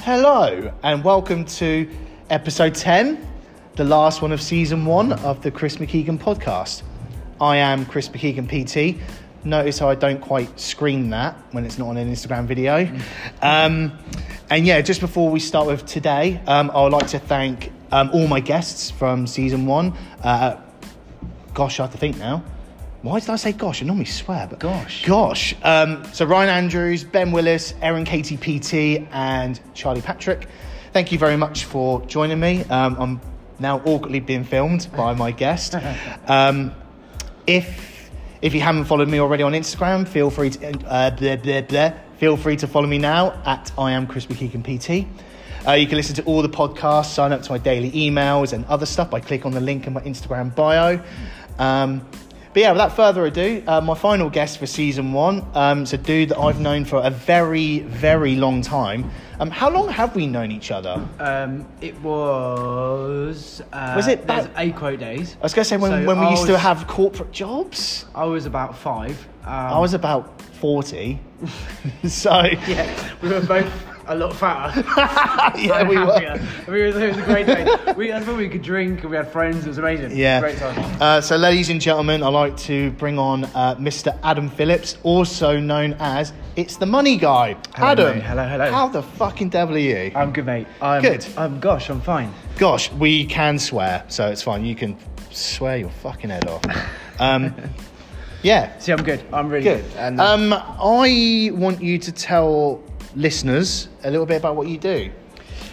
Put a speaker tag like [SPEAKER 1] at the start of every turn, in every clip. [SPEAKER 1] Hello, and welcome to episode 10, the last one of season one of the Chris McKeegan podcast. I am Chris McKeegan PT. Notice how I don't quite scream that when it's not on an Instagram video. Um, and yeah, just before we start with today, um, I would like to thank um, all my guests from season one. Uh, gosh, I have to think now. Why did I say gosh? I normally swear, but
[SPEAKER 2] Gosh.
[SPEAKER 1] gosh. Um, so Ryan Andrews, Ben Willis, Erin Katie PT, and Charlie Patrick. Thank you very much for joining me. Um, I'm now awkwardly being filmed by my guest. Um, if if you haven't followed me already on Instagram, feel free to uh, blah, blah, blah, feel free to follow me now at I am Chris McKeegan PT. Uh, you can listen to all the podcasts, sign up to my daily emails and other stuff by click on the link in my Instagram bio. Um, but yeah, without further ado, uh, my final guest for season one um, is a dude that I've known for a very, very long time. Um, how long have we known each other?
[SPEAKER 2] Um, it was. Uh,
[SPEAKER 1] Was it
[SPEAKER 2] there's
[SPEAKER 1] back-
[SPEAKER 2] A quote days?
[SPEAKER 1] I was going to say when,
[SPEAKER 2] So
[SPEAKER 1] when we
[SPEAKER 2] I
[SPEAKER 1] used to
[SPEAKER 2] was-
[SPEAKER 1] have corporate jobs.
[SPEAKER 2] I was about five. Um,
[SPEAKER 1] I was about 40. so,
[SPEAKER 2] Yeah, we were both a lot fatter.
[SPEAKER 1] yeah,
[SPEAKER 2] and
[SPEAKER 1] we were.
[SPEAKER 2] happier. We were- it was a great day. We, that's when we could drink and we had friends. It was amazing.
[SPEAKER 1] Yeah.
[SPEAKER 2] Great time.
[SPEAKER 1] Uh, so, ladies and gentlemen, I'd like to bring on uh, Mr. Adam Phillips, also known as It's the Money Guy.
[SPEAKER 2] Hello,
[SPEAKER 1] Adam.
[SPEAKER 2] mate. Hello, hello.
[SPEAKER 1] How the fucking devil are you?
[SPEAKER 2] I'm good, mate. I'm,
[SPEAKER 1] Good.
[SPEAKER 2] I'm gosh, I'm fine.
[SPEAKER 1] Gosh, we can swear, so it's fine. You can swear your fucking head off. Um, yeah,
[SPEAKER 2] See, I'm good. I'm really
[SPEAKER 1] good.
[SPEAKER 2] good. And uh,
[SPEAKER 1] Um, I want you to tell listeners a little bit about what you do.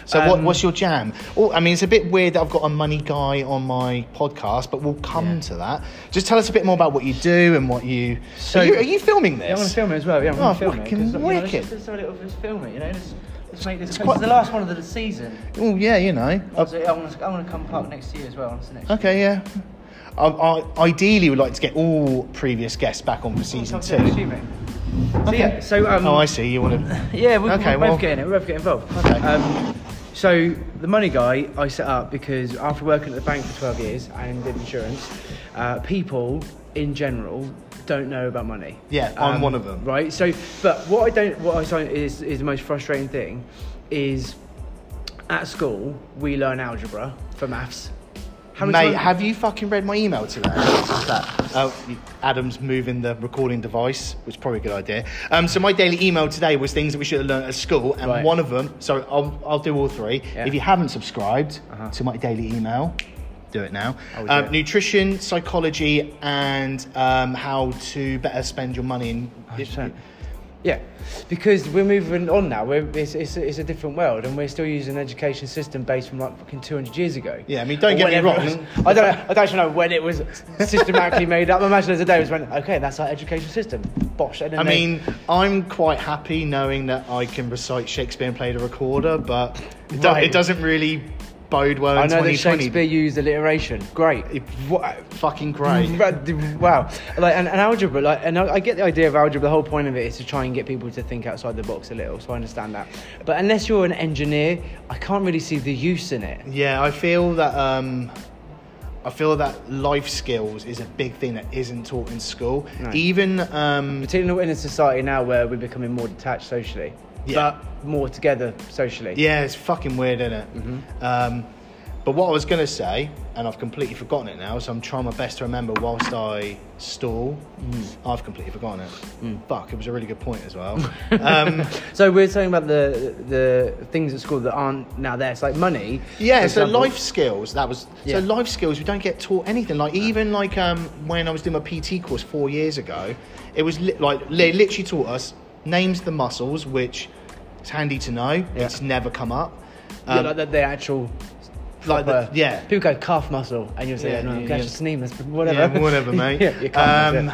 [SPEAKER 1] So, what,
[SPEAKER 2] Um,
[SPEAKER 1] what's your jam? Oh, I mean, it's a bit weird that I've got a money guy on my podcast, but we'll come
[SPEAKER 2] Yeah.
[SPEAKER 1] to that. Just tell us a bit more about what you do and what you.
[SPEAKER 2] So-
[SPEAKER 1] are, you are you filming this?
[SPEAKER 2] yeah, I want to film it as well. Yeah, I'm
[SPEAKER 1] Oh,
[SPEAKER 2] gonna film it. 'cause,
[SPEAKER 1] fucking
[SPEAKER 2] you know, let's
[SPEAKER 1] wicked.
[SPEAKER 2] just- let's have a little- Let's film it. You know, let's, let's make this. It's
[SPEAKER 1] quite-
[SPEAKER 2] the last one of the season.
[SPEAKER 1] Oh, yeah, you know. Uh,
[SPEAKER 2] So I want to. I want to come park next to you as well. That's the next.
[SPEAKER 1] Okay, yeah. I, I ideally would like to get all previous guests back on for season
[SPEAKER 2] Come
[SPEAKER 1] two.
[SPEAKER 2] to next to you, mate. Oh, So yeah. So um,
[SPEAKER 1] oh, I see. You want to?
[SPEAKER 2] Yeah, we,
[SPEAKER 1] Okay,
[SPEAKER 2] we're both
[SPEAKER 1] well-
[SPEAKER 2] getting it. We're both getting involved.
[SPEAKER 1] Okay.
[SPEAKER 2] Um, so the money guy I set up because after working at the bank for 12 years and did insurance, uh, people in general don't know about money. Um,
[SPEAKER 1] Yeah, I'm one of them.
[SPEAKER 2] Right. So, but what I don't, what I find is is the most frustrating thing, is at school we learn algebra for maths. How
[SPEAKER 1] Mate,
[SPEAKER 2] times-
[SPEAKER 1] have you fucking read my email today? What's that? Oh, Adam's moving the recording device, which is probably a good idea. Um, so my daily email today was things that we should have learned at school, and
[SPEAKER 2] Right.
[SPEAKER 1] one of them. So I'll, I'll do all three.
[SPEAKER 2] Yeah.
[SPEAKER 1] If you haven't subscribed
[SPEAKER 2] Uh-huh.
[SPEAKER 1] to my daily email, do it now.
[SPEAKER 2] I will do
[SPEAKER 1] Um,
[SPEAKER 2] it.
[SPEAKER 1] Nutrition, psychology, and um, how to better spend your money. In,
[SPEAKER 2] 100%. um, Yeah, because we're moving on now. We're, it's, it's, it's a different world, and we're still using an education system based from like fucking 200 years ago.
[SPEAKER 1] Yeah, I mean, don't
[SPEAKER 2] Or
[SPEAKER 1] get me
[SPEAKER 2] whenever it
[SPEAKER 1] wrong.
[SPEAKER 2] was- I don't, know, I don't actually know when it was systematically made up. I imagine there's a day it was when, okay, that's our education system. Bosh. And then
[SPEAKER 1] I
[SPEAKER 2] they-
[SPEAKER 1] mean, I'm quite happy knowing that I can recite Shakespeare and play the recorder, but it, do-
[SPEAKER 2] Right.
[SPEAKER 1] it doesn't really bode well in
[SPEAKER 2] I know that
[SPEAKER 1] 2020.
[SPEAKER 2] Shakespeare used alliteration. Great. What,
[SPEAKER 1] Fucking
[SPEAKER 2] Mm-hmm.
[SPEAKER 1] great.
[SPEAKER 2] wow. Like, and, and algebra, like, and I, I get the idea of algebra. The whole point of it is to try and get people to think outside the box a little, so I understand that. But unless you're an engineer, I can't really see the use in it.
[SPEAKER 1] Yeah, I feel that um, I feel that life skills is a big thing that isn't taught in school.
[SPEAKER 2] No.
[SPEAKER 1] Even um,
[SPEAKER 2] particularly in a society now where we're becoming more detached socially,
[SPEAKER 1] Yeah.
[SPEAKER 2] but more together socially.
[SPEAKER 1] yeah, it's fucking weird, isn't it? Um, but what I was gonna say, and I've completely forgotten it now, so I'm trying my best to remember whilst I stall. I've completely forgotten it. Fuck, it was a really good point as well. um,
[SPEAKER 2] So we're talking about the the things at school that aren't now there. It's like money.
[SPEAKER 1] Yeah,
[SPEAKER 2] for
[SPEAKER 1] so
[SPEAKER 2] example.
[SPEAKER 1] life skills. That was
[SPEAKER 2] Yeah.
[SPEAKER 1] so life skills. We don't get taught anything. Like even like um, when I was doing my PT course four years ago, it was li- like they literally taught us names of the muscles, which it's handy to know. It's never come up.
[SPEAKER 2] Yeah,
[SPEAKER 1] Um,
[SPEAKER 2] like the, the actual.
[SPEAKER 1] Like the-
[SPEAKER 2] proper-
[SPEAKER 1] yeah.
[SPEAKER 2] People go calf muscle, and you'll say,
[SPEAKER 1] Yeah,
[SPEAKER 2] yeah, "No,
[SPEAKER 1] yeah,
[SPEAKER 2] yeah,
[SPEAKER 1] yeah.
[SPEAKER 2] whatever."
[SPEAKER 1] yeah, whatever, mate. Um,
[SPEAKER 2] yeah, your calf muscle.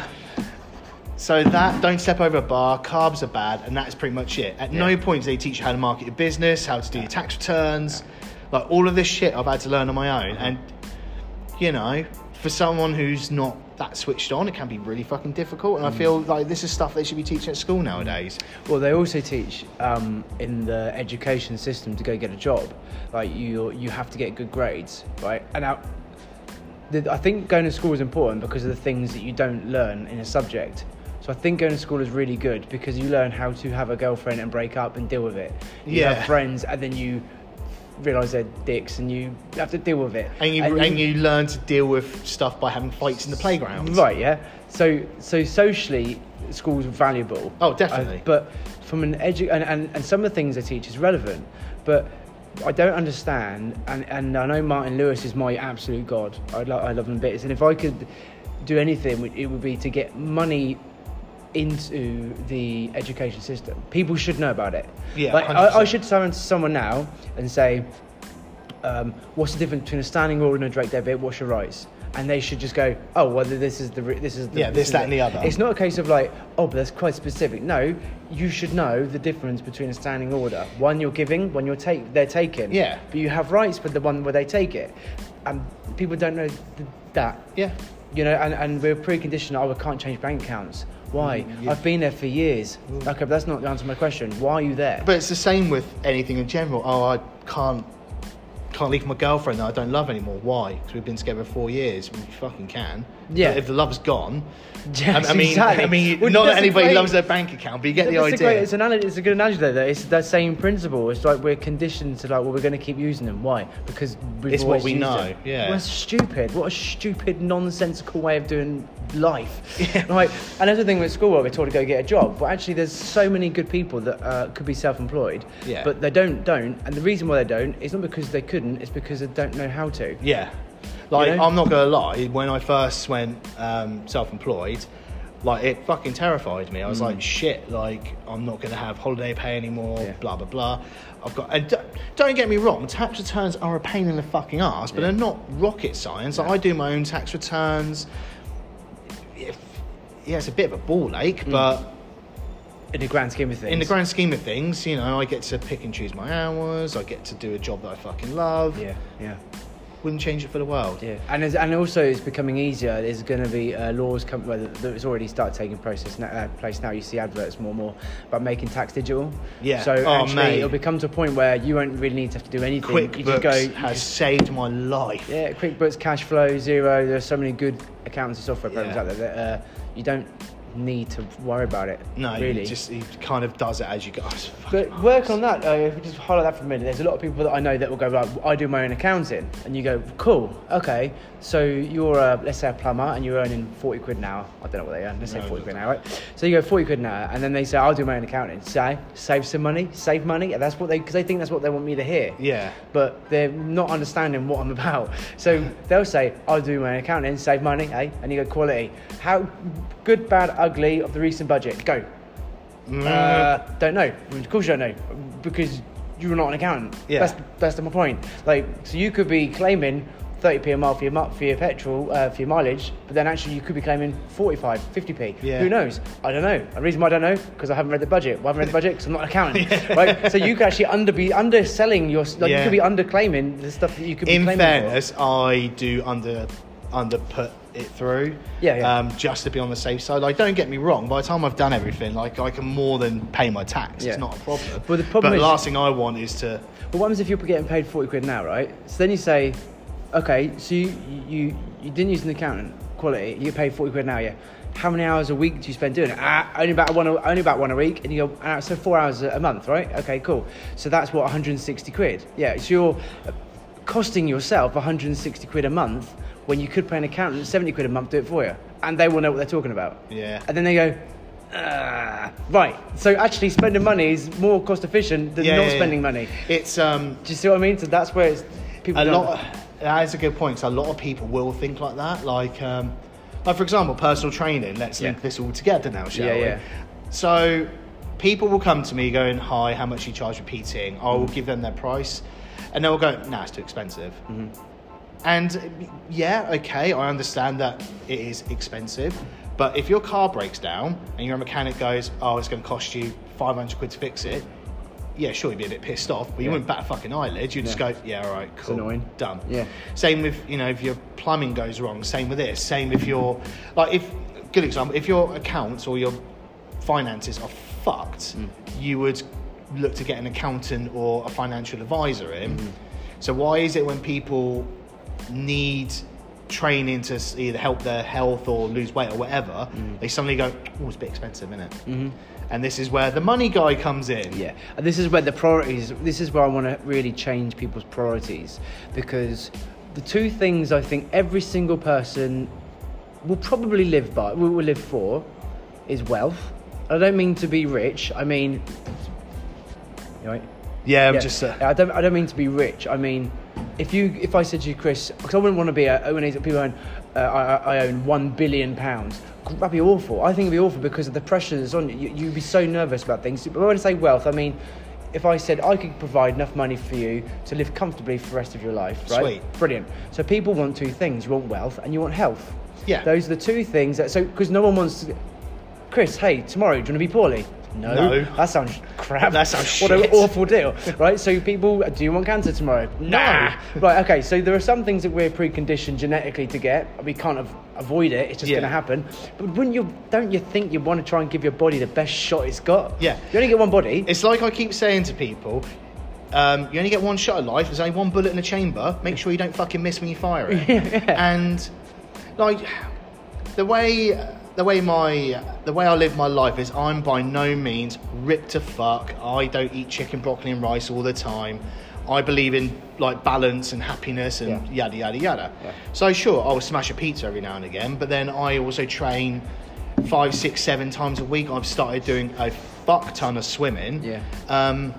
[SPEAKER 1] so that don't step over a bar. Carbs are bad, and that's pretty much it. At no
[SPEAKER 2] Yeah.
[SPEAKER 1] point do they teach you how to market your business, how to do your tax returns, like all of this shit I've had to learn on my
[SPEAKER 2] Uh-huh.
[SPEAKER 1] own. And you know, for someone who's not that switched on, it can be really fucking difficult.
[SPEAKER 2] Mm.
[SPEAKER 1] And I feel like this is stuff they should be teaching at school nowadays.
[SPEAKER 2] Well, they also teach um, in the education system to go get a job. Like you, you have to get good grades, right? And now, the, I think going to school is important because of the things that you don't learn in a subject. So I think going to school is really good because you learn how to have a girlfriend and break up and deal with it. You
[SPEAKER 1] Yeah.
[SPEAKER 2] have friends and then you realise they're dicks and you have to deal with it.
[SPEAKER 1] And you, and you learn to deal with stuff by having fights in the playground.
[SPEAKER 2] Right, yeah. So so socially, school's valuable.
[SPEAKER 1] Oh, definitely.
[SPEAKER 2] Uh, but from an edu and, and, and some of the things they teach is relevant, but I don't understand. And, and I know Martin Lewis is my absolute god. I, lo- I love him bits. And if I could do anything, it would be to get money into the education system. People should know about it.
[SPEAKER 1] Yeah,
[SPEAKER 2] like, I, I
[SPEAKER 1] 100%.
[SPEAKER 2] should summon someone now and say, um, what's the difference between a standing order and a direct debit? What's your rights? And they should just go, oh, well, this is the re- this is the,
[SPEAKER 1] Yeah, this,
[SPEAKER 2] is
[SPEAKER 1] that,
[SPEAKER 2] it."
[SPEAKER 1] and the other.
[SPEAKER 2] It's not a case of like, oh, but that's quite specific. No, you should know the difference between a standing order, one you're giving, one you're take they're taking.
[SPEAKER 1] Yeah.
[SPEAKER 2] but you have rights with the one where they take it, and people don't know th- that.
[SPEAKER 1] Yeah.
[SPEAKER 2] You know, and, and we're preconditioned. Oh, we can't change bank accounts. Why?
[SPEAKER 1] Mm, yeah. Mm.
[SPEAKER 2] I've been there for years. Okay, but that's not the answer to my question. Why are you there?
[SPEAKER 1] But it's the same with anything in general. Oh, I can't can't leave my girlfriend that I don't love anymore. Why? Because we've been together four years. We fucking can.
[SPEAKER 2] Yeah.
[SPEAKER 1] But if the love's gone,
[SPEAKER 2] Yes,
[SPEAKER 1] I, I mean,
[SPEAKER 2] exactly.
[SPEAKER 1] I mean,
[SPEAKER 2] Well,
[SPEAKER 1] not that
[SPEAKER 2] that's a
[SPEAKER 1] anybody
[SPEAKER 2] great-
[SPEAKER 1] loves their bank account, but you get the
[SPEAKER 2] That's a great-
[SPEAKER 1] idea.
[SPEAKER 2] it's, an, ana- it's a good analogy though. That it's the same principle. It's like we're conditioned to like, well, we're going to keep using them. Why? Because we've
[SPEAKER 1] It's what
[SPEAKER 2] always
[SPEAKER 1] we
[SPEAKER 2] used
[SPEAKER 1] know,
[SPEAKER 2] them.
[SPEAKER 1] yeah.
[SPEAKER 2] Well, that's stupid. What a stupid, nonsensical way of doing life. Right. And that's the thing with school, where we're taught to go get a job. But actually, there's so many good people that uh, could be self-employed.
[SPEAKER 1] Yeah.
[SPEAKER 2] But they don't, don't. And the reason why they don't is not because they couldn't. It's because they don't know how to.
[SPEAKER 1] Yeah. Like,
[SPEAKER 2] know?
[SPEAKER 1] I'm not going to lie, when I first went um, self employed, like, it fucking terrified me. I
[SPEAKER 2] Hmm.
[SPEAKER 1] was like, shit, like, I'm not going to have holiday pay anymore,
[SPEAKER 2] Yeah.
[SPEAKER 1] blah, blah, blah. I've got, and d- don't get me wrong, tax returns are a pain in the fucking ass, but they're not rocket science. Like, I do my own tax returns. If, yeah, it's a bit of a ball
[SPEAKER 2] Hmm.
[SPEAKER 1] ache, but
[SPEAKER 2] In the grand scheme of things.
[SPEAKER 1] in the grand scheme of things, you know, I get to pick and choose my hours, I get to do a job that I fucking love.
[SPEAKER 2] Yeah. Yeah.
[SPEAKER 1] Wouldn't change it for the world.
[SPEAKER 2] Yeah, and as, and also it's becoming easier. There's going to be uh, laws come well, that that's already start taking process now, uh, place now. You see adverts more and more about making tax digital.
[SPEAKER 1] Yeah.
[SPEAKER 2] So
[SPEAKER 1] Oh,
[SPEAKER 2] actually,
[SPEAKER 1] mate.
[SPEAKER 2] it'll become to a point where you won't really need to have to do anything. you
[SPEAKER 1] QuickBooks
[SPEAKER 2] just go. you
[SPEAKER 1] has
[SPEAKER 2] just-
[SPEAKER 1] saved my life.
[SPEAKER 2] yeah, QuickBooks, cash flow, zero. There's so many good accountancy software programs
[SPEAKER 1] Yeah.
[SPEAKER 2] out there that uh, you don't need to worry about it.
[SPEAKER 1] No,
[SPEAKER 2] really.
[SPEAKER 1] he just he kind of does it as you go. Oh, it's fucking
[SPEAKER 2] But work on that. Uh, if we just highlight that for a minute, there's a lot of people that I know that will go, right, I do my own accounting. And you go, cool, okay. So you're, a, let's say, a plumber and you're earning 40 quid an hour. I don't know what they earn. Let's
[SPEAKER 1] No,
[SPEAKER 2] say 40
[SPEAKER 1] it
[SPEAKER 2] quid an hour, right? So you go 40 quid an hour. And then they say, I'll do my own accounting. Say, save some money, save money. And that's what they, because they think that's what they want me to hear.
[SPEAKER 1] Yeah.
[SPEAKER 2] But they're not understanding what I'm about. So they'll say, I'll do my own accounting, save money, eh? And you go, quality. How good, bad, ugly of the recent budget? Go.
[SPEAKER 1] Mm.
[SPEAKER 2] Uh, don't know. Of course you don't know because you're not an accountant.
[SPEAKER 1] Yeah.
[SPEAKER 2] That's that's my point. Like, so you could be claiming 30p a mile for your, mu- for your petrol, uh, for your mileage, but then actually you could be claiming 45, 50p.
[SPEAKER 1] Yeah.
[SPEAKER 2] Who knows? I don't know. The reason why I don't know, because I haven't read the budget. Why haven't I read the budget? Because I'm not an accountant. Right? So you could actually under be underselling your, s- like
[SPEAKER 1] Yeah.
[SPEAKER 2] you could be underclaiming the stuff that you could be
[SPEAKER 1] In
[SPEAKER 2] claiming
[SPEAKER 1] fairness, I do under under put it through.
[SPEAKER 2] Yeah, yeah.
[SPEAKER 1] Um, just to be on the safe side. Like, don't get me wrong. By the time I've done everything, like I can more than pay my tax.
[SPEAKER 2] Yeah.
[SPEAKER 1] It's not a problem.
[SPEAKER 2] But the problem
[SPEAKER 1] But
[SPEAKER 2] is-
[SPEAKER 1] last thing I want is to.
[SPEAKER 2] for. But what happens if you're getting paid 40 quid now, right? So then you say, okay, so you, you, you didn't use an accountant quality, you get paid 40 quid now, yeah. How many hours a week do you spend doing it? Ah, only about one, a- only about one a week, and you go, ah, so four hours a a month, right? Okay, cool. So that's what 160 quid. Yeah, so you're uh, costing yourself 160 quid a month when you could pay an accountant 70 quid a month to do it for you, and they will know what they're talking about.
[SPEAKER 1] Yeah.
[SPEAKER 2] And then they go, ah, right. So actually, spending money is more cost efficient than
[SPEAKER 1] Yeah,
[SPEAKER 2] not
[SPEAKER 1] yeah, yeah.
[SPEAKER 2] spending money.
[SPEAKER 1] It's um
[SPEAKER 2] Do you see what I mean? So that's where it's people.
[SPEAKER 1] a
[SPEAKER 2] don't-
[SPEAKER 1] lot. That is a good point. 'cause a lot of people will think like that. Like, um, like for example, personal training. Let's link
[SPEAKER 2] Yeah.
[SPEAKER 1] this all together now, shall
[SPEAKER 2] Yeah,
[SPEAKER 1] we?
[SPEAKER 2] yeah.
[SPEAKER 1] So, people will come to me going, "Hi, how much you charge for PTing?" I will give them their price, and they'll go, "Nah, it's too expensive." And yeah, okay, I understand that it is expensive, but if your car breaks down and your mechanic goes, "Oh, it's going to cost you five hundred quid to fix it," yeah, sure, you'd be a bit pissed off, but you
[SPEAKER 2] Yeah.
[SPEAKER 1] wouldn't bat a fucking eyelid. You'd just
[SPEAKER 2] Yeah.
[SPEAKER 1] go, "Yeah, all right, cool." Cool.
[SPEAKER 2] annoying.
[SPEAKER 1] Done.
[SPEAKER 2] Yeah.
[SPEAKER 1] Same with you know if your plumbing goes wrong. Same with this. Same if your like if good example if your accounts or your finances are fucked, you would look to get an accountant or a Hmm. financial advisor in. So why is it when people need training to s- either help their health or lose weight or whatever, they suddenly go, oh, it's a bit expensive, isn't it? Mm-hmm. And this is where the money guy comes in.
[SPEAKER 2] Yeah, and this is where the priorities. This is where I want to really change people's priorities because the two things I think every single person will probably live by, will will live for, is wealth. I don't mean to be rich. I mean, you right?
[SPEAKER 1] Yeah, I'm
[SPEAKER 2] Yeah.
[SPEAKER 1] just. Uh,
[SPEAKER 2] Yeah, I don't. I don't mean to be rich. I mean, if you, if I said to you, Chris, because I wouldn't want to be a, when people own, uh, I, I- I own one billion pounds. That'd be awful. I think it'd be awful because of the pressure that's on you. You'd be so nervous about things. But when I say wealth, I mean, if I said I could provide enough money for you to live comfortably for the rest of your life, right?
[SPEAKER 1] Sweet.
[SPEAKER 2] Brilliant. So people want two things: you want wealth and you want health.
[SPEAKER 1] Yeah.
[SPEAKER 2] Those are the two things that. So because no one wants to. Chris, hey, tomorrow, do you want to be poorly? No.
[SPEAKER 1] No.
[SPEAKER 2] That sounds crap.
[SPEAKER 1] That sounds
[SPEAKER 2] what an
[SPEAKER 1] shit.
[SPEAKER 2] awful deal, right? So people, do you want cancer tomorrow?
[SPEAKER 1] Nah.
[SPEAKER 2] Right. Okay. So there are some things that we're preconditioned genetically to get. We can't av- avoid it. It's just
[SPEAKER 1] Yeah.
[SPEAKER 2] going to happen. But wouldn't you? Don't you think you want to try and give your body the best shot it's got?
[SPEAKER 1] Yeah.
[SPEAKER 2] You only get one body.
[SPEAKER 1] it's like I keep saying to people. Um, you only get one shot at life. There's only one bullet in the chamber. Make sure you don't fucking miss when you fire it. And like the way the way my the way I live my life is, I'm by no means ripped to fuck. I don't eat chicken, broccoli, and rice all the time. I believe in like balance and happiness and
[SPEAKER 2] Yeah.
[SPEAKER 1] yada yada yada.
[SPEAKER 2] Yeah.
[SPEAKER 1] So sure, I will smash a pizza every now and again, but then I also train five, six, seven times a week. I've started doing a fuck ton of swimming.
[SPEAKER 2] Yeah.
[SPEAKER 1] Um,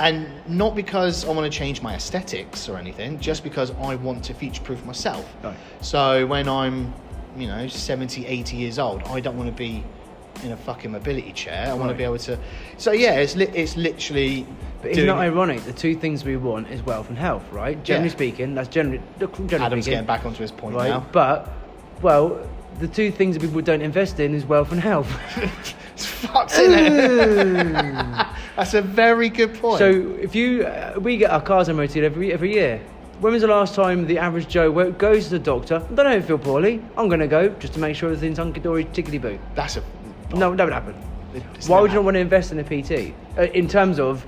[SPEAKER 1] and not because I want to change my aesthetics or anything, just because I want to future proof myself.
[SPEAKER 2] Right.
[SPEAKER 1] So when I'm, you know, 70, 80 years old, I don't want to be in a fucking mobility chair. I want to
[SPEAKER 2] Right.
[SPEAKER 1] be able to. So yeah, it's, li- it's literally.
[SPEAKER 2] But isn't
[SPEAKER 1] doing-
[SPEAKER 2] that ironic? The two things we want is wealth and health, right? Generally
[SPEAKER 1] Yeah.
[SPEAKER 2] speaking, that's generally. look, generally
[SPEAKER 1] Adam's
[SPEAKER 2] speaking,
[SPEAKER 1] getting back onto his point
[SPEAKER 2] right?
[SPEAKER 1] now.
[SPEAKER 2] But, well, the two things that people don't invest in is wealth and health.
[SPEAKER 1] It's fucked, isn't it? That's a very good point.
[SPEAKER 2] So if you, uh, we get our cars MOT'd every every year. When was the last time the average Joe wo- goes to the doctor? I don't know if I feel poorly. I'm going to go just to make sure everything's hunky dory, tickety boo.
[SPEAKER 1] that's a.
[SPEAKER 2] No, that would happen.
[SPEAKER 1] It's
[SPEAKER 2] Why
[SPEAKER 1] not
[SPEAKER 2] would you
[SPEAKER 1] happening.
[SPEAKER 2] not want to invest in a PT? Uh, in terms of,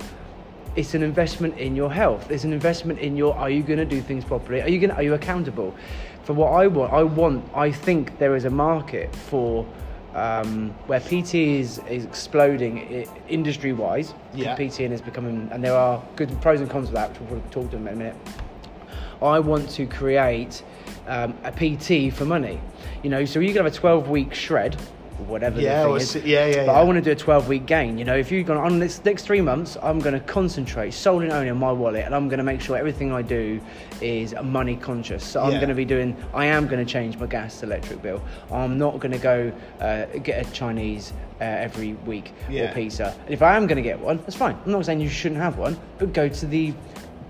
[SPEAKER 2] it's an investment in your health. It's an investment in your. Are you going to do things properly? Are you going? Are you accountable? For what I want, I want. I think there is a market for um, where PT is, is exploding industry wise.
[SPEAKER 1] Yeah.
[SPEAKER 2] PT and is becoming, and there are good pros and cons of that, which we'll probably talk to in a minute. I want to create um, a PT for money. You know, so you can have a 12 week shred, or whatever
[SPEAKER 1] Yeah,
[SPEAKER 2] the thing
[SPEAKER 1] or
[SPEAKER 2] is.
[SPEAKER 1] si- yeah, yeah,
[SPEAKER 2] But
[SPEAKER 1] yeah.
[SPEAKER 2] I want to do a 12 week gain. You know, if you're going to on this next three months, I'm going to concentrate solely and only on my wallet, and I'm going to make sure everything I do is money conscious. So I'm
[SPEAKER 1] Yeah.
[SPEAKER 2] going to be doing. I am going to change my gas to electric bill. I'm not going to go uh, get a Chinese uh, every week
[SPEAKER 1] Yeah.
[SPEAKER 2] or pizza. And if I am going to get one, that's fine. I'm not saying you shouldn't have one, but go to the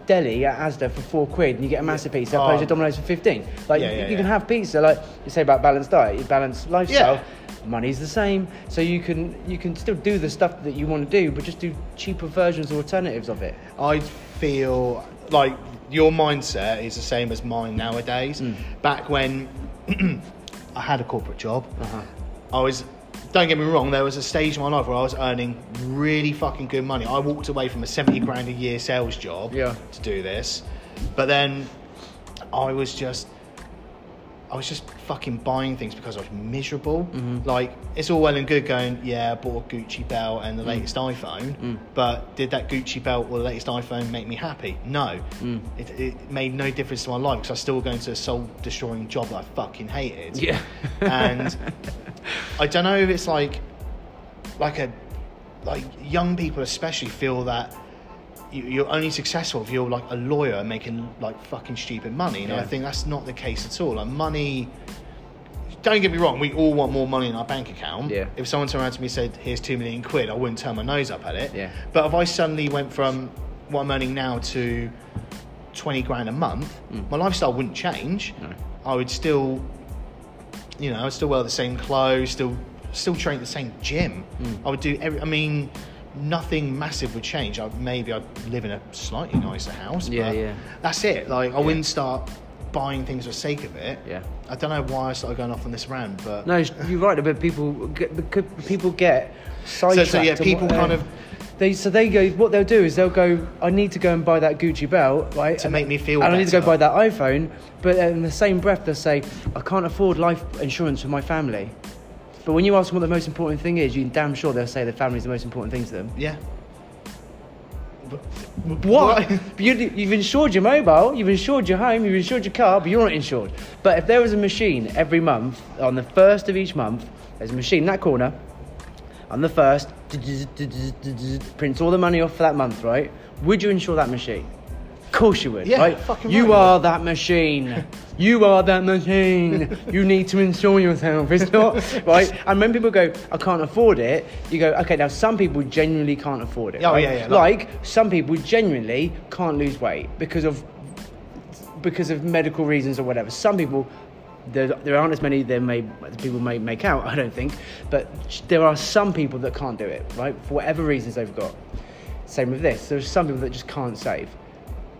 [SPEAKER 2] deli at Asda for four quid and you get a massive pizza,
[SPEAKER 1] Oh.
[SPEAKER 2] opposed to Domino's for fifteen. Like
[SPEAKER 1] Yeah,
[SPEAKER 2] you,
[SPEAKER 1] yeah,
[SPEAKER 2] you
[SPEAKER 1] yeah.
[SPEAKER 2] can have pizza, like you say about balanced diet, you balance lifestyle.
[SPEAKER 1] Yeah.
[SPEAKER 2] Money's the same, so you can you can still do the stuff that you want to do, but just do cheaper versions or alternatives of it.
[SPEAKER 1] I feel like your mindset is the same as mine nowadays. Back when I had a corporate job, I was. Don't get me wrong. There was a stage in my life where I was earning really fucking good money. I walked away from a seventy grand a year sales job
[SPEAKER 2] Yeah.
[SPEAKER 1] to do this, but then I was just I was just fucking buying things because I was miserable. Like, it's all well and good going, yeah, I bought a Gucci belt and the latest iPhone, but did that Gucci belt or the latest iPhone make me happy? No. It, it made no difference to my life because I was still going to a soul destroying job that I fucking hated.
[SPEAKER 2] Yeah.
[SPEAKER 1] and I don't know if it's like, like a, like young people especially feel that you, you're only successful if you're like a lawyer making like fucking stupid money. And I
[SPEAKER 2] Yeah.
[SPEAKER 1] think that's not the case at all. Like money. Don't get me wrong. We all want more money in our bank account.
[SPEAKER 2] Yeah.
[SPEAKER 1] If someone turned around to me and said, "Here's two million quid," I wouldn't turn my nose up at it.
[SPEAKER 2] Yeah.
[SPEAKER 1] But if I suddenly went from what I'm earning now to twenty grand a month, my lifestyle wouldn't change.
[SPEAKER 2] Mm. No.
[SPEAKER 1] I would still, you know, I would still wear the same clothes, still, still train at the same gym.
[SPEAKER 2] Hmm.
[SPEAKER 1] I would do every. I mean, nothing massive would change. I, maybe I'd live in a slightly nicer house.
[SPEAKER 2] Yeah,
[SPEAKER 1] but
[SPEAKER 2] yeah.
[SPEAKER 1] That's it. Like I wouldn't start buying things for the sake of it.
[SPEAKER 2] Yeah.
[SPEAKER 1] I don't know why I started going off on this round, but
[SPEAKER 2] No, you're right. But people get, because people get
[SPEAKER 1] so,
[SPEAKER 2] sidetracked.
[SPEAKER 1] so yeah,
[SPEAKER 2] on what
[SPEAKER 1] people
[SPEAKER 2] they-
[SPEAKER 1] kind of
[SPEAKER 2] They so they go. What they'll do is they'll go. I need to go and buy that Gucci belt, right?
[SPEAKER 1] To
[SPEAKER 2] and
[SPEAKER 1] make me feel
[SPEAKER 2] And I need to go
[SPEAKER 1] better.
[SPEAKER 2] buy that iPhone. But in the same breath, they'll say, I can't afford life insurance for my family. But when you ask them what the most important thing is, you're damn sure they'll say the family's the most important thing to them.
[SPEAKER 1] Yeah.
[SPEAKER 2] What? But you, you've insured your mobile, you've insured your home, you've insured your car, but you're not insured. But if there was a machine every month, on the first of each month, there's a machine in that corner, on the first, prints all the money off for that month, right? Would you insure that machine? Of course you would,
[SPEAKER 1] Yeah,
[SPEAKER 2] right?
[SPEAKER 1] fucking right
[SPEAKER 2] you
[SPEAKER 1] I would.
[SPEAKER 2] are that machine. you are that machine. you need to insure yourself. It's not, right? And when people go, I can't afford it, you go, okay, now some people genuinely can't afford it.
[SPEAKER 1] Oh,
[SPEAKER 2] right?
[SPEAKER 1] yeah, yeah, like-
[SPEAKER 2] Like, some people genuinely can't lose weight because of because of medical reasons or whatever. Some people there, there aren't as many there may as people may make out. I don't think, but there are some people that can't do it, right? For whatever reasons they've got. Same with this. There's some people that just can't save.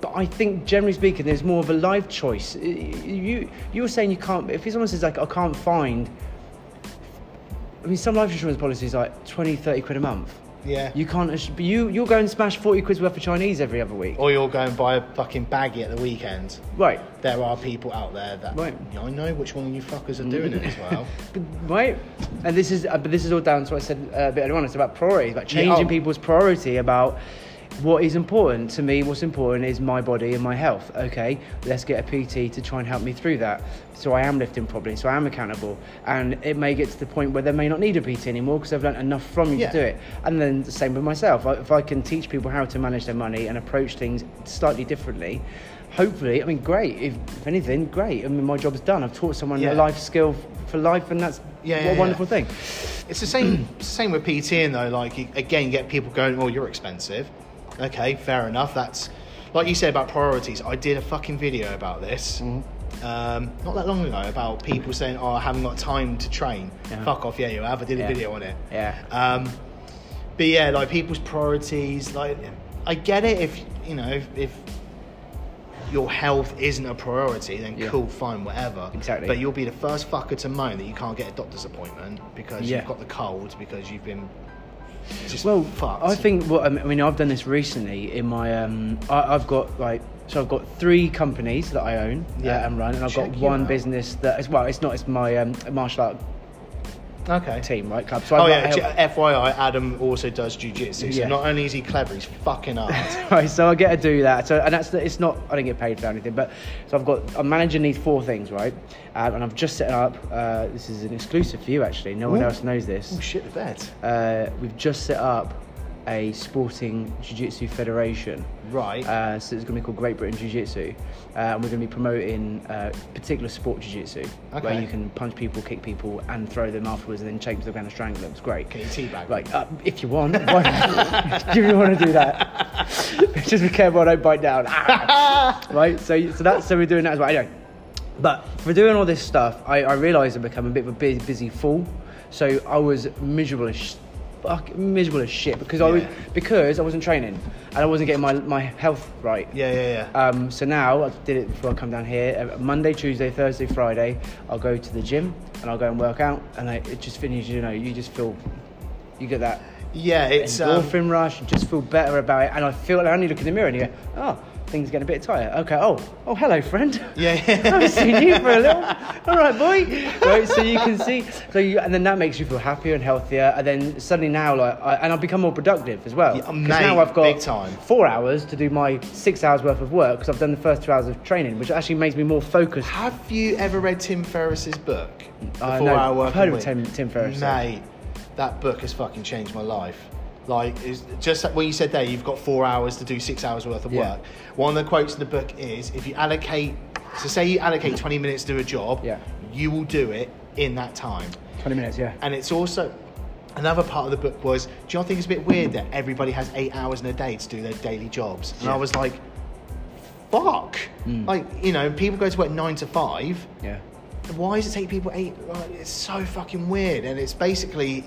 [SPEAKER 2] But I think, generally speaking, there's more of a life choice. You you were saying you can't. If someone says like I can't find, I mean, some life insurance policies are like 20, 30 quid a month.
[SPEAKER 1] Yeah.
[SPEAKER 2] You can't. ass- but You you're going to smash forty quid's worth of Chinese every other week,
[SPEAKER 1] or you'll go and buy a fucking baggie at the weekend.
[SPEAKER 2] right?
[SPEAKER 1] There are people out there that
[SPEAKER 2] Right. Mm.
[SPEAKER 1] Yeah, I know which one of you fuckers are doing it as well.
[SPEAKER 2] But, right? And this is uh, but this is all down to what I said uh, a bit earlier on. It's about priorities, about
[SPEAKER 1] Yeah,
[SPEAKER 2] changing
[SPEAKER 1] oh.
[SPEAKER 2] people's priority about what is important to me. What's important is my body and my health. Okay, let's get a PT to try and help me through that. So I am lifting properly. So I am accountable. And it may get to the point where they may not need a PT anymore because I've learned enough from you
[SPEAKER 1] Yeah.
[SPEAKER 2] to do it. And then the same with myself. I- If I can teach people how to manage their money and approach things slightly differently. Hopefully, I mean, great. If, if anything, great. I mean, my job's done. I've taught someone
[SPEAKER 1] Yeah.
[SPEAKER 2] a life skill f- for life, and that's
[SPEAKER 1] Yeah,
[SPEAKER 2] what
[SPEAKER 1] yeah,
[SPEAKER 2] a
[SPEAKER 1] yeah.
[SPEAKER 2] wonderful thing.
[SPEAKER 1] it's the same same with PTing though. Like you, again, get people going. Oh, you're expensive. Okay, fair enough. That's like you said about priorities. I did a fucking video about this.
[SPEAKER 2] Mm-hmm.
[SPEAKER 1] Um, not that long ago, about people saying, "Oh, I haven't got time to train."
[SPEAKER 2] Yeah.
[SPEAKER 1] Fuck off, yeah, you have. I did a
[SPEAKER 2] Yeah.
[SPEAKER 1] video on it.
[SPEAKER 2] Yeah.
[SPEAKER 1] Um, but yeah, like people's priorities. Like, I get it if you know if, if your health isn't a priority, then
[SPEAKER 2] Yeah.
[SPEAKER 1] cool, fine, whatever.
[SPEAKER 2] Exactly.
[SPEAKER 1] But you'll be the first fucker to moan that you can't get a doctor's appointment because
[SPEAKER 2] Yeah.
[SPEAKER 1] you've got the cold because you've been just
[SPEAKER 2] Well,
[SPEAKER 1] fucked.
[SPEAKER 2] I think. Well, I mean, I've done this recently in my. Um, I, I've got like so I've got three companies that I own uh,
[SPEAKER 1] Yeah.
[SPEAKER 2] and run, and I've
[SPEAKER 1] Check
[SPEAKER 2] got
[SPEAKER 1] you
[SPEAKER 2] one
[SPEAKER 1] out.
[SPEAKER 2] business that as well. It's not. It's my um, martial art
[SPEAKER 1] okay.
[SPEAKER 2] team, right? Club. So
[SPEAKER 1] Oh
[SPEAKER 2] I've
[SPEAKER 1] yeah,
[SPEAKER 2] got-
[SPEAKER 1] j- FYI, Adam also does jujitsu. So
[SPEAKER 2] Yeah.
[SPEAKER 1] not only is he clever, he's fucking hard.
[SPEAKER 2] right, so I get to do that. So, and that's it's not I don't get paid for anything, but so I've got I'm managing these four things, right? Um, and I've just set up. Uh, this is an exclusive for you, actually. No one
[SPEAKER 1] Ooh.
[SPEAKER 2] else knows this.
[SPEAKER 1] oh shit, the bed.
[SPEAKER 2] Uh, we've just set up a sporting jiu-jitsu federation.
[SPEAKER 1] Right.
[SPEAKER 2] Uh, so it's going to be called Great Britain Jiu-Jitsu, uh, and we're going to be promoting uh, particular sport jiu-jitsu,
[SPEAKER 1] Okay.
[SPEAKER 2] where you can punch people, kick people, and throw them afterwards, and then take them to the ground and strangle them. It's great.
[SPEAKER 1] Can you teabag
[SPEAKER 2] Like, uh, if you want, why not? do you want to do that? Just be careful, I don't bite down. Ah! right? So, so that's so we're doing that as well. Anyway, but for doing all this stuff, I, I realised I've become a bit of a busy, busy fool. So I was miserable as sh- fuck, miserable as shit because I was
[SPEAKER 1] Yeah.
[SPEAKER 2] because I wasn't training and I wasn't getting my my health right.
[SPEAKER 1] yeah, yeah, yeah.
[SPEAKER 2] Um, so now I did it before I come down here. Uh, Monday, Tuesday, Thursday, Friday, I'll go to the gym and I'll go and work out, and I, it just finishes. You know, you just feel, you get that
[SPEAKER 1] yeah, it's um,
[SPEAKER 2] endorphin rush. You just feel better about it, and I feel. I only look in the mirror and you go, oh, things getting a bit tight. Okay, oh, oh, hello, friend.
[SPEAKER 1] yeah,
[SPEAKER 2] I
[SPEAKER 1] yeah.
[SPEAKER 2] haven't seen you for a little. All right, boy. Right, so you can see, so you, and then that makes you feel happier and healthier. And then suddenly now, like, I, and I've become more productive as well.
[SPEAKER 1] Yeah,
[SPEAKER 2] 'Cause
[SPEAKER 1] mate,
[SPEAKER 2] now I've got
[SPEAKER 1] big time.
[SPEAKER 2] four hours to do my six hours worth of work because I've done the first two hours of training, which actually makes me more focused.
[SPEAKER 1] Have you ever read Tim Ferriss's book? The
[SPEAKER 2] Uh,
[SPEAKER 1] Four
[SPEAKER 2] no,
[SPEAKER 1] Hour
[SPEAKER 2] I've
[SPEAKER 1] Working
[SPEAKER 2] heard of
[SPEAKER 1] Week?
[SPEAKER 2] Tim- Tim Ferriss, yeah.
[SPEAKER 1] Mate, that book has fucking changed my life. Like, it's just like when you said there, you've got four hours to do six hours worth of
[SPEAKER 2] Yeah.
[SPEAKER 1] work. One of the quotes in the book is if you allocate, so say you allocate 20 minutes to a job,
[SPEAKER 2] Yeah.
[SPEAKER 1] you will do it in that time.
[SPEAKER 2] 20 minutes, yeah.
[SPEAKER 1] And it's also, another part of the book was, do you not think it's a bit weird that everybody has eight hours in a day to do their daily jobs? And I
[SPEAKER 2] Yeah. Hmm.
[SPEAKER 1] was like, fuck. Like, you know, people go to work nine to five
[SPEAKER 2] Yeah.
[SPEAKER 1] why does it take people eight? Like, it's so fucking weird, and it's basically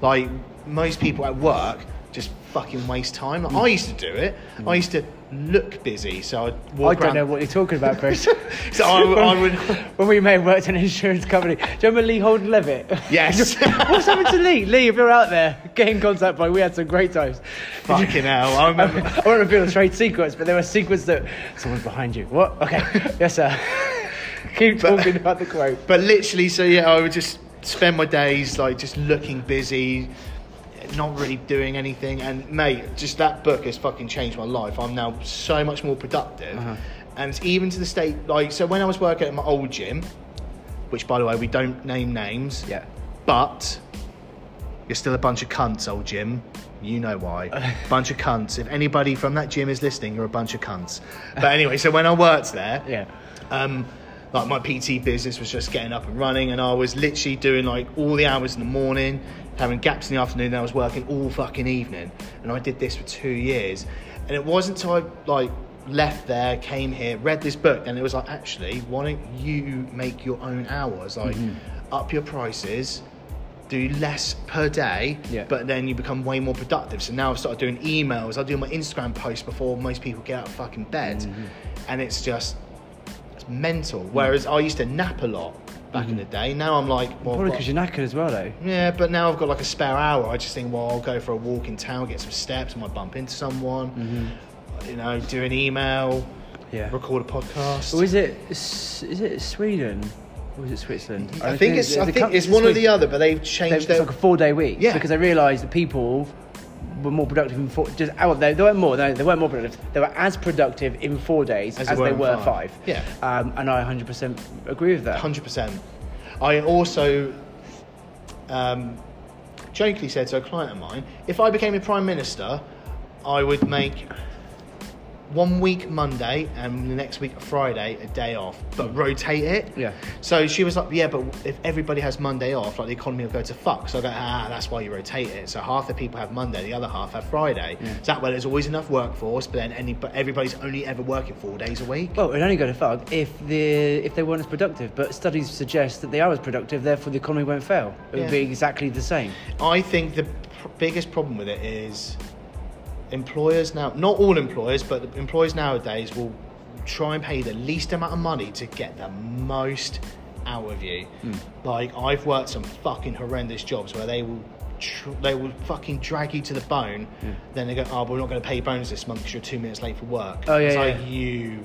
[SPEAKER 1] like most people at work just fucking waste time. Like, I used to do it. I used to look busy, so I'd
[SPEAKER 2] Hmm. I
[SPEAKER 1] walk
[SPEAKER 2] don't know
[SPEAKER 1] around.
[SPEAKER 2] what you're talking about, Chris.
[SPEAKER 1] So I, would- I would.
[SPEAKER 2] when we may have worked in an insurance company, do you remember Lee Holden Levitt?
[SPEAKER 1] Yes.
[SPEAKER 2] What's happened to Lee? Lee, if you're out there, get in contact. Boy, we had some great times.
[SPEAKER 1] Fucking hell. I
[SPEAKER 2] I
[SPEAKER 1] remember.
[SPEAKER 2] won't reveal trade secrets, but there were secrets that someone's behind you. What? Okay, yes, sir. Keep talking about the quote.
[SPEAKER 1] But literally, so yeah, I would just spend my days like just looking busy, not really doing anything. And mate, just that book has fucking changed my life. I'm now so much more productive.
[SPEAKER 2] Uh-huh.
[SPEAKER 1] And it's even to the state, like, so when I was working at my old gym, which by the way, we don't name names,
[SPEAKER 2] Yeah.
[SPEAKER 1] but you're still a bunch of cunts, old Jim. You know why. bunch of cunts. If anybody from that gym is listening, you're a bunch of cunts. But anyway, so when I worked there,
[SPEAKER 2] Yeah.
[SPEAKER 1] um, like my PT business was just getting up and running, and I was literally doing like all the hours in the morning, having gaps in the afternoon. And I was working all fucking evening, and I did this for two years. And it wasn't until I like left there, came here, read this book, and it was like, actually, why don't you make your own hours? Like, up your prices, do less per day,
[SPEAKER 2] Yeah.
[SPEAKER 1] but then you become way more productive. So now I've started doing emails. I do my Instagram posts before most people get out of fucking bed, and it's just it's mental. Whereas I used to nap a lot back in the day. Now I'm like, well,
[SPEAKER 2] Mm-hmm. Probably
[SPEAKER 1] I've
[SPEAKER 2] because
[SPEAKER 1] got-
[SPEAKER 2] you're knackered as well, though.
[SPEAKER 1] yeah, but now I've got like a spare hour. I just think, well, I'll go for a walk in town, get some steps, I might bump into someone,
[SPEAKER 2] Mm-hmm.
[SPEAKER 1] you know, do an email,
[SPEAKER 2] Yeah.
[SPEAKER 1] record a podcast.
[SPEAKER 2] Or is it is it Sweden? Or is it Switzerland?
[SPEAKER 1] I think it's I think it's one or the other, but they've changed
[SPEAKER 2] It's
[SPEAKER 1] their
[SPEAKER 2] like a four day week.
[SPEAKER 1] Yeah.
[SPEAKER 2] Because they realised that people were more productive in four. Just oh, they, they weren't more. They, they weren't more productive. They were as productive in four days as, they
[SPEAKER 1] in
[SPEAKER 2] were
[SPEAKER 1] five.
[SPEAKER 2] five.
[SPEAKER 1] Yeah.
[SPEAKER 2] Um, and I 100% agree with that.
[SPEAKER 1] Hundred percent. I also um, jokingly said to a client of mine, if I became a prime minister, I would make one week Monday and the next week Friday a day off, but rotate it.
[SPEAKER 2] Yeah.
[SPEAKER 1] So she was like, yeah, but if everybody has Monday off, like the economy will go to fuck. So I go, ah, that's why you rotate it. So half the people have Monday, the other half have Friday. So that way there's always enough workforce, but then any, but everybody's only ever working four days a week.
[SPEAKER 2] Well, it'd only go to fuck if the if they weren't as productive. But studies suggest that they are as productive. Therefore, the economy won't fail. It would
[SPEAKER 1] Yeah.
[SPEAKER 2] be exactly the same.
[SPEAKER 1] I think the pr- biggest problem with it is employers now, not all employers, but the employers nowadays will try and pay the least amount of money to get the most out of you.
[SPEAKER 2] Hmm.
[SPEAKER 1] Like I've worked some fucking horrendous jobs where they will tr- they will fucking drag you to the bone.
[SPEAKER 2] Hmm.
[SPEAKER 1] Then they go, "Oh, but we're not going to pay you bonus this month because you're two minutes late for work."
[SPEAKER 2] Oh, yeah,
[SPEAKER 1] it's
[SPEAKER 2] yeah.
[SPEAKER 1] like you.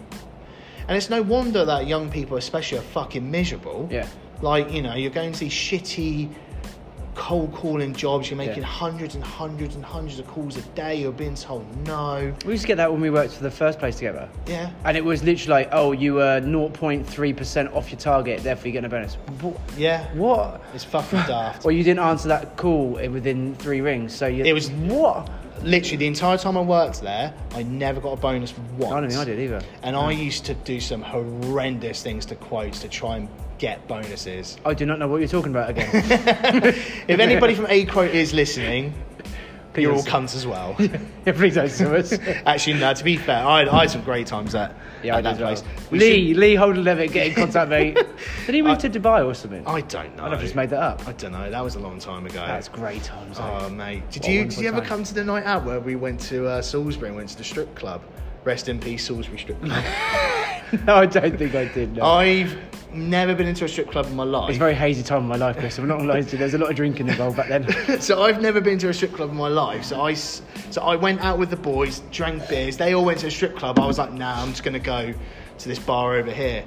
[SPEAKER 1] And it's no wonder that young people, especially, are fucking miserable.
[SPEAKER 2] Yeah.
[SPEAKER 1] Like you know, you're going to these shitty cold calling jobs, you're making
[SPEAKER 2] Yeah.
[SPEAKER 1] hundreds and hundreds and hundreds of calls a day, you're being told no.
[SPEAKER 2] We used to get that when we worked for the first place together.
[SPEAKER 1] Yeah.
[SPEAKER 2] And it was literally like, oh, you were 0.3% off your target, therefore you're getting a bonus. Wh-
[SPEAKER 1] Yeah.
[SPEAKER 2] What?
[SPEAKER 1] It's fucking daft.
[SPEAKER 2] Or you didn't answer that call i- within three rings, so you.
[SPEAKER 1] It was-
[SPEAKER 2] What?
[SPEAKER 1] Literally the entire time I worked there, I never got a bonus once.
[SPEAKER 2] I don't think I did either.
[SPEAKER 1] And I used to do some horrendous things to quotes to try and get bonuses.
[SPEAKER 2] I do not know what you're talking about again.
[SPEAKER 1] If anybody from A Quote is listening, you're all
[SPEAKER 2] Please.
[SPEAKER 1] cunts as well.
[SPEAKER 2] Yeah, Please don't sue us.
[SPEAKER 1] Actually, no, to be fair, I, I had some great times at,
[SPEAKER 2] Yeah, I
[SPEAKER 1] at
[SPEAKER 2] did
[SPEAKER 1] that
[SPEAKER 2] as well.
[SPEAKER 1] place. We
[SPEAKER 2] Lee,
[SPEAKER 1] should-
[SPEAKER 2] Lee Holden Levitt, get in contact, mate. Did he move to Dubai or something?
[SPEAKER 1] I don't know.
[SPEAKER 2] I've just made that up.
[SPEAKER 1] I don't know. That was a long time ago.
[SPEAKER 2] That's great times. though.
[SPEAKER 1] Oh mate, did
[SPEAKER 2] What a
[SPEAKER 1] you did
[SPEAKER 2] wonderful
[SPEAKER 1] you ever
[SPEAKER 2] time.
[SPEAKER 1] come to the night out where we went to uh, Salisbury and went to the strip club? Rest in peace, Salisbury strip club.
[SPEAKER 2] no, I don't think I did. No.
[SPEAKER 1] I've never been into a strip club in my
[SPEAKER 2] It's a
[SPEAKER 1] life,
[SPEAKER 2] very hazy time in my life, Chris. I'm not lying to you. There's a lot of drinking involved back then.
[SPEAKER 1] so I've never been to a strip club in my life. So I s- so I went out with the boys, drank beers. They all went to a strip club. I was like, nah, I'm just gonna go to this bar over here.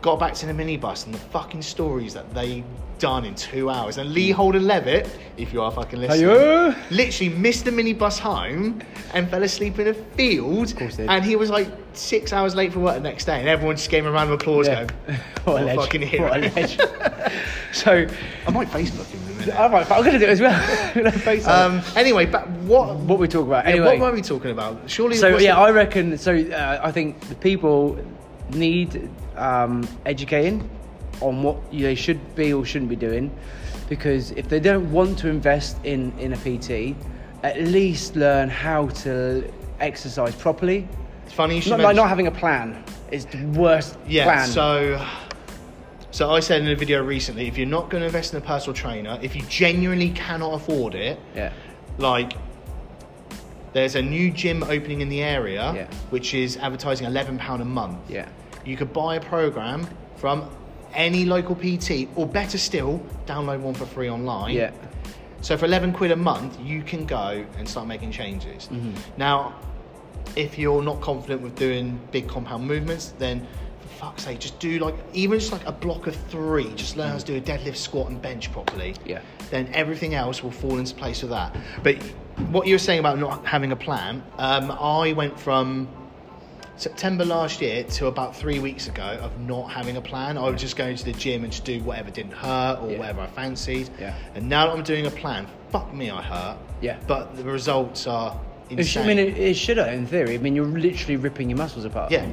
[SPEAKER 1] Got back to the minibus and the fucking stories that they done in two hours. And Lee Holder Levitt, if you are fucking listening,
[SPEAKER 2] Hey-yo.
[SPEAKER 1] literally missed the minibus home and fell asleep in a field.
[SPEAKER 2] course he did.
[SPEAKER 1] And he was like six hours late for work the next day, and everyone just gave him a round of applause.
[SPEAKER 2] Yeah.
[SPEAKER 1] Going,
[SPEAKER 2] what a
[SPEAKER 1] What a
[SPEAKER 2] legend.
[SPEAKER 1] fucking hero.
[SPEAKER 2] What a legend. so,
[SPEAKER 1] I might Facebook him in a minute.
[SPEAKER 2] all right, I'm going to do it as well. Let's face it.
[SPEAKER 1] Um, anyway, but what
[SPEAKER 2] what we talk about.
[SPEAKER 1] yeah,
[SPEAKER 2] Anyway,
[SPEAKER 1] what were we talking about? Surely,
[SPEAKER 2] so
[SPEAKER 1] what's
[SPEAKER 2] yeah,
[SPEAKER 1] the-
[SPEAKER 2] I reckon. So uh, I think the people need um, educating on what they should be or shouldn't be doing, because if they don't want to invest in in a PT, at least learn how to exercise properly.
[SPEAKER 1] it's funny you should
[SPEAKER 2] Not like
[SPEAKER 1] mention-
[SPEAKER 2] not having a plan is the worst
[SPEAKER 1] yeah.
[SPEAKER 2] plan.
[SPEAKER 1] So, so I said in a video recently, if you're not going to invest in a personal trainer, if you genuinely cannot afford it,
[SPEAKER 2] yeah,
[SPEAKER 1] like There's a new gym opening in the area,
[SPEAKER 2] Yeah.
[SPEAKER 1] which is advertising £11 a month.
[SPEAKER 2] Yeah.
[SPEAKER 1] You could buy a program from any local PT, or better still, download one for free online.
[SPEAKER 2] Yeah.
[SPEAKER 1] So for 11 quid a month, you can go and start making changes.
[SPEAKER 2] Mm-hmm.
[SPEAKER 1] Now, if you're not confident with doing big compound movements, then for fuck's sake, just do like, even just like a block of three, just learn how to do a deadlift, squat, and bench properly.
[SPEAKER 2] Yeah.
[SPEAKER 1] Then everything else will fall into place with that. But what you were saying about not having a plan, um, I went from September last year to about three weeks ago of not having a plan. I was just going to the gym and just do whatever didn't hurt or
[SPEAKER 2] Yeah.
[SPEAKER 1] whatever I fancied.
[SPEAKER 2] Yeah.
[SPEAKER 1] And now that I'm doing a plan, fuck me, I hurt.
[SPEAKER 2] Yeah.
[SPEAKER 1] But the results are
[SPEAKER 2] It should,
[SPEAKER 1] insane.
[SPEAKER 2] I mean, it, it should hurt in theory. I mean, you're literally ripping your muscles apart.
[SPEAKER 1] Yeah.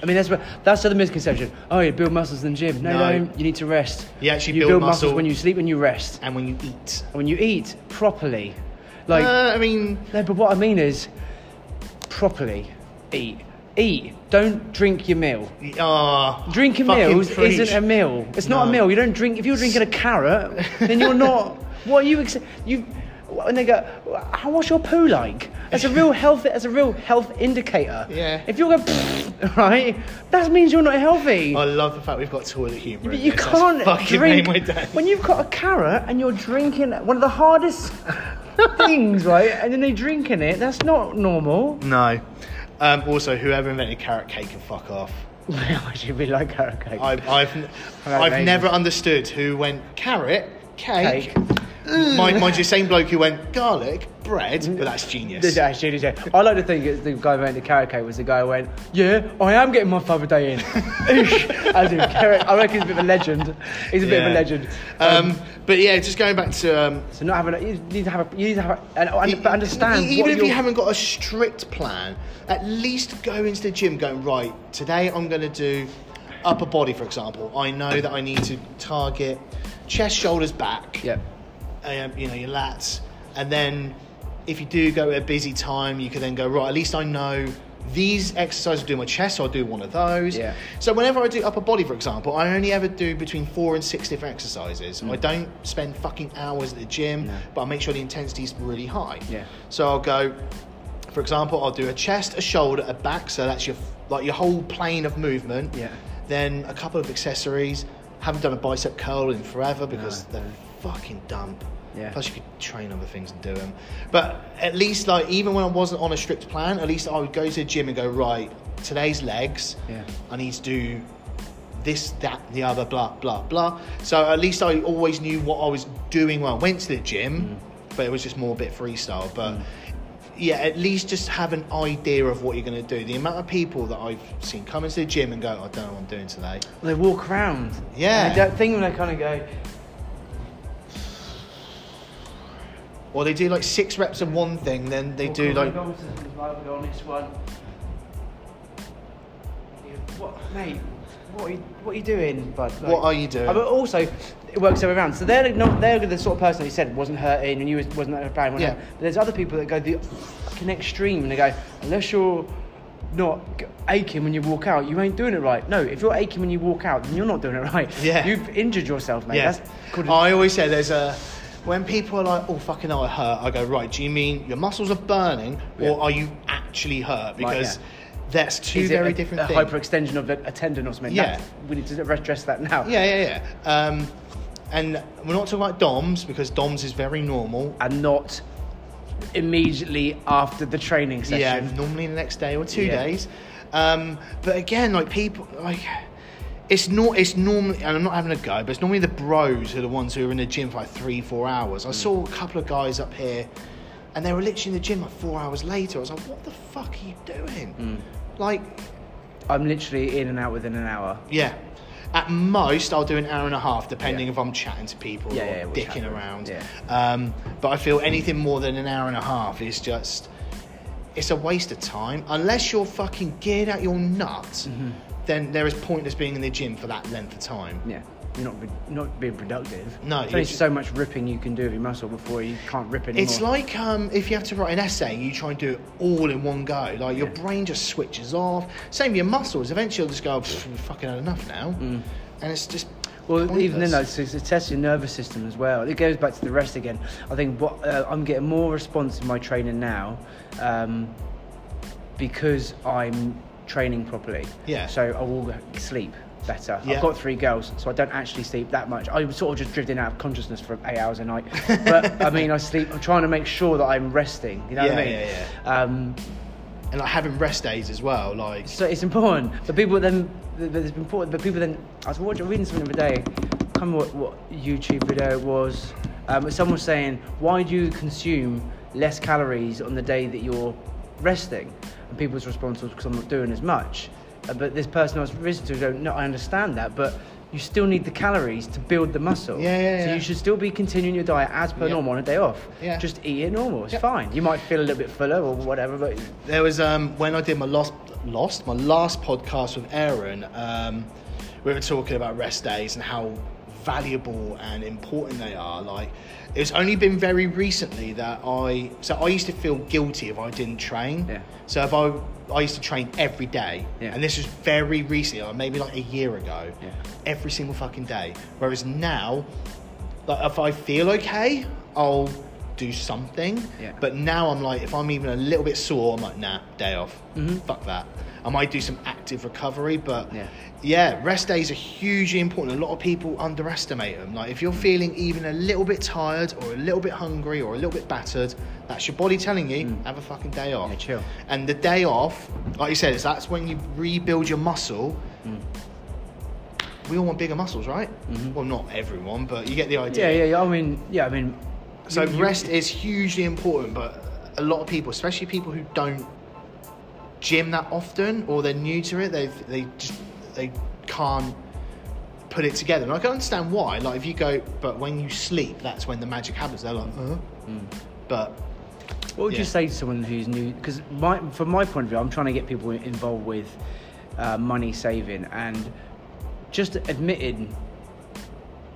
[SPEAKER 2] I mean, that's what, that's the other misconception. Oh, you build muscles in the gym. No,
[SPEAKER 1] No.
[SPEAKER 2] no, you need to rest.
[SPEAKER 1] You actually
[SPEAKER 2] you
[SPEAKER 1] build
[SPEAKER 2] muscles
[SPEAKER 1] muscle-
[SPEAKER 2] when you sleep, when you rest,
[SPEAKER 1] and when you eat,
[SPEAKER 2] and when you eat properly. Like,
[SPEAKER 1] Uh, I mean,
[SPEAKER 2] no, but what I mean is, properly eat. Eat. Don't drink your meal.
[SPEAKER 1] ah,
[SPEAKER 2] Drinking
[SPEAKER 1] fucking
[SPEAKER 2] meals
[SPEAKER 1] preach.
[SPEAKER 2] isn't a meal. It's not
[SPEAKER 1] No.
[SPEAKER 2] a meal. You don't drink. If you're drinking a carrot, then you're not. What are you? Ex- you. And they go, how what's your poo like? That's a real health. That's a real health indicator.
[SPEAKER 1] Yeah.
[SPEAKER 2] If you're going, right, that means you're not healthy.
[SPEAKER 1] I love the fact we've got toilet humour.
[SPEAKER 2] But
[SPEAKER 1] in
[SPEAKER 2] you
[SPEAKER 1] this. Oh, That's
[SPEAKER 2] can't
[SPEAKER 1] fucking made
[SPEAKER 2] drink
[SPEAKER 1] my day.
[SPEAKER 2] when you've got a carrot and you're drinking one of the hardest things, right? And then they're drinking it. That's not normal.
[SPEAKER 1] No. Um, also, whoever invented carrot cake can fuck off.
[SPEAKER 2] I should be like carrot cake.
[SPEAKER 1] I've, I've,
[SPEAKER 2] Alright,
[SPEAKER 1] I've
[SPEAKER 2] amazing.
[SPEAKER 1] never understood who went carrot, cake. Mm.
[SPEAKER 2] Cake.
[SPEAKER 1] Mind, mind you, same bloke who went garlic, bread, but that's genius.
[SPEAKER 2] Did actually, did you? I like to think it's the guy who went to carrot cake was the guy who went, yeah, I am getting my father day in. As in, carrot, I reckon he's a bit of a legend. He's a bit of
[SPEAKER 1] Yeah.
[SPEAKER 2] a legend.
[SPEAKER 1] Um, but yeah, just going back to. Um,
[SPEAKER 2] So not having, a, you need to have, a, you need to have, a, and, and, but understand.
[SPEAKER 1] e-
[SPEAKER 2] what
[SPEAKER 1] Even if you
[SPEAKER 2] your-
[SPEAKER 1] haven't got a strict plan, at least go into the gym going, right, today I'm going to do upper body, for example. I know that I need to target chest, shoulders, back.
[SPEAKER 2] yeah,
[SPEAKER 1] um, you know your lats, and then if you do go at a busy time, you can then go right. At least I know these exercises do my chest, so I'll do one of those.
[SPEAKER 2] Yeah.
[SPEAKER 1] So whenever I do upper body, for example, I only ever do between four and six different exercises.
[SPEAKER 2] Mm.
[SPEAKER 1] I don't spend fucking hours at the gym,
[SPEAKER 2] No.
[SPEAKER 1] but I make sure the intensity is really high.
[SPEAKER 2] Yeah.
[SPEAKER 1] So I'll go. For example, I'll do a chest, a shoulder, a back. So that's your like your whole plane of movement.
[SPEAKER 2] Yeah.
[SPEAKER 1] Then a couple of accessories. Haven't done a bicep curl in forever because
[SPEAKER 2] No,
[SPEAKER 1] they're fucking dump.
[SPEAKER 2] Yeah.
[SPEAKER 1] Plus, you could train other things and do them. But at least, like, even when I wasn't on a strict plan, at least I would go to the gym and go, right, today's legs.
[SPEAKER 2] Yeah.
[SPEAKER 1] I need to do this, that, the other, blah, blah, blah. So at least I always knew what I was doing when I went to the gym,
[SPEAKER 2] Mm.
[SPEAKER 1] but it was just more a bit freestyle. But yeah, at least just have an idea of what you're going to do. The amount of people that I've seen come into the gym and go, I don't know what I'm doing today.
[SPEAKER 2] they walk around.
[SPEAKER 1] Yeah.
[SPEAKER 2] And they don't think when they kind of go,
[SPEAKER 1] Or they do like six reps of one thing, then they
[SPEAKER 2] Well,
[SPEAKER 1] do
[SPEAKER 2] Conor
[SPEAKER 1] like.
[SPEAKER 2] Goldston was like the honest one. Yeah, What, mate? What are you, what are you doing, bud? Like-
[SPEAKER 1] What are you doing?
[SPEAKER 2] Uh, But also, it works the other way around. So they're not they're the sort of person that you said wasn't hurting and you was, wasn't a bad one.
[SPEAKER 1] Yeah.
[SPEAKER 2] But there's other people that go the fucking extreme and they go unless you're not g- aching when you walk out, you ain't doing it right. No, if you're aching when you walk out, then you're not doing it right.
[SPEAKER 1] Yeah.
[SPEAKER 2] You've injured yourself, mate.
[SPEAKER 1] Yeah.
[SPEAKER 2] That's called a-
[SPEAKER 1] I always say there's a. When people are like, oh, fucking hell, I hurt, I go, right, do you mean your muscles are burning
[SPEAKER 2] Yeah.
[SPEAKER 1] or are you actually hurt? Because
[SPEAKER 2] yeah.
[SPEAKER 1] that's two
[SPEAKER 2] is it
[SPEAKER 1] very
[SPEAKER 2] a,
[SPEAKER 1] different
[SPEAKER 2] a
[SPEAKER 1] things.
[SPEAKER 2] hyperextension of a, a tendon or something.
[SPEAKER 1] Yeah.
[SPEAKER 2] That's- we need to address that now.
[SPEAKER 1] yeah, yeah, yeah. Um, and we're not talking about DOMs because DOMs is very normal.
[SPEAKER 2] and not immediately after the training session.
[SPEAKER 1] Yeah, normally the next day or two
[SPEAKER 2] Yeah.
[SPEAKER 1] days. Um, but again, like people, like it's not. It's normally, and I'm not having a go, but it's normally the bros who are the ones who are in the gym for like three, four hours.
[SPEAKER 2] Mm.
[SPEAKER 1] I saw a couple of guys up here, and they were literally in the gym like four hours later. I was like, what the fuck are you doing?
[SPEAKER 2] Mm.
[SPEAKER 1] Like,
[SPEAKER 2] I'm literally in and out within an hour.
[SPEAKER 1] yeah. At most, I'll do an hour and a half, depending
[SPEAKER 2] Yeah.
[SPEAKER 1] if I'm chatting to people
[SPEAKER 2] Yeah,
[SPEAKER 1] or
[SPEAKER 2] yeah, yeah, we'll
[SPEAKER 1] dicking
[SPEAKER 2] chat.
[SPEAKER 1] around.
[SPEAKER 2] Yeah.
[SPEAKER 1] Um, but I feel anything more than an hour and a half is just. It's a waste of time. Unless you're fucking geared out your nuts,
[SPEAKER 2] Mm-hmm.
[SPEAKER 1] then there is pointless being in the gym for that length of time.
[SPEAKER 2] Yeah, you're not re- not being productive.
[SPEAKER 1] No,
[SPEAKER 2] there's
[SPEAKER 1] you're
[SPEAKER 2] only
[SPEAKER 1] ju-
[SPEAKER 2] so much ripping you can do of your muscle before you can't rip anymore.
[SPEAKER 1] It's like um, if you have to write an essay, you try and do it all in one go. Like your
[SPEAKER 2] Yeah.
[SPEAKER 1] brain just "Oh, switches off. Same with your muscles. Eventually, you'll just go, "Pfft, we've fucking had enough now. And it's just,
[SPEAKER 2] Mm. Well, even
[SPEAKER 1] Pointless.
[SPEAKER 2] then, though, it's, it's a test your nervous system as well. It goes back to the rest again. I think what uh, I'm getting more response in my training now um, because I'm training properly.
[SPEAKER 1] Yeah.
[SPEAKER 2] So I will sleep better.
[SPEAKER 1] Yeah.
[SPEAKER 2] I've got three girls, so I don't actually sleep that much. I'm sort of just drifting out of consciousness for eight hours a night. but I mean, I sleep. I'm trying to make sure that I'm resting. You know what
[SPEAKER 1] Yeah,
[SPEAKER 2] I mean?
[SPEAKER 1] yeah,
[SPEAKER 2] yeah. Um,
[SPEAKER 1] and like having rest days as well. Like
[SPEAKER 2] so it's important. But people then, but it's important. But people then, I was watching, reading something the other day. I can't remember what, what YouTube video it was. Um, but someone was saying, why do you consume less calories on the day that you're resting? And people's response was because I'm not doing as much. Uh, but this person I was listening to, don't know, I understand that, but you still need the calories to build the muscle.
[SPEAKER 1] Yeah, yeah,
[SPEAKER 2] so
[SPEAKER 1] yeah.
[SPEAKER 2] you should still be continuing your diet as per
[SPEAKER 1] Yeah.
[SPEAKER 2] normal on a day off.
[SPEAKER 1] Yeah.
[SPEAKER 2] Just eat it normal. It's
[SPEAKER 1] Yeah.
[SPEAKER 2] fine. You might feel a little bit fuller or whatever, but
[SPEAKER 1] there was um, when I did my lost lost my last podcast with Aaron, um, we were talking about rest days and how valuable and important they are. Like it's only been very recently that I so I used to feel guilty if I didn't train.
[SPEAKER 2] Yeah.
[SPEAKER 1] So if I I used to train every day,
[SPEAKER 2] Yeah.
[SPEAKER 1] and this was very recently, like maybe like a year ago,
[SPEAKER 2] Yeah.
[SPEAKER 1] every single fucking day. Whereas now, like if I feel okay, I'll do something.
[SPEAKER 2] Yeah.
[SPEAKER 1] But now I'm like, if I'm even a little bit sore, I'm like, nah, day off. Fuck that. I might do some active recovery, but
[SPEAKER 2] Mm-hmm. Yeah.
[SPEAKER 1] yeah, rest days are hugely important. A lot of people underestimate them. Like if you're
[SPEAKER 2] Mm.
[SPEAKER 1] feeling even a little bit tired or a little bit hungry or a little bit battered, that's your body telling you have a fucking day off.
[SPEAKER 2] Mm. Yeah, chill.
[SPEAKER 1] And the day off, like you said, is that's when you rebuild your muscle. We all want bigger muscles, right? Well, not everyone, but you get the idea.
[SPEAKER 2] Mm-hmm. Yeah, yeah, yeah. I mean, yeah, I mean,
[SPEAKER 1] So
[SPEAKER 2] you- you-
[SPEAKER 1] rest is hugely important, but a lot of people, especially people who don't gym that often or they're new to it, they they just they can't put it together. And I can understand why. Like if you go, but when you sleep, that's when the magic happens. They're like, huh?
[SPEAKER 2] Mm.
[SPEAKER 1] But
[SPEAKER 2] What would
[SPEAKER 1] yeah.
[SPEAKER 2] you say to someone who's new? Because my, from my point of view, I'm trying to get people involved with uh, money saving and just admitting,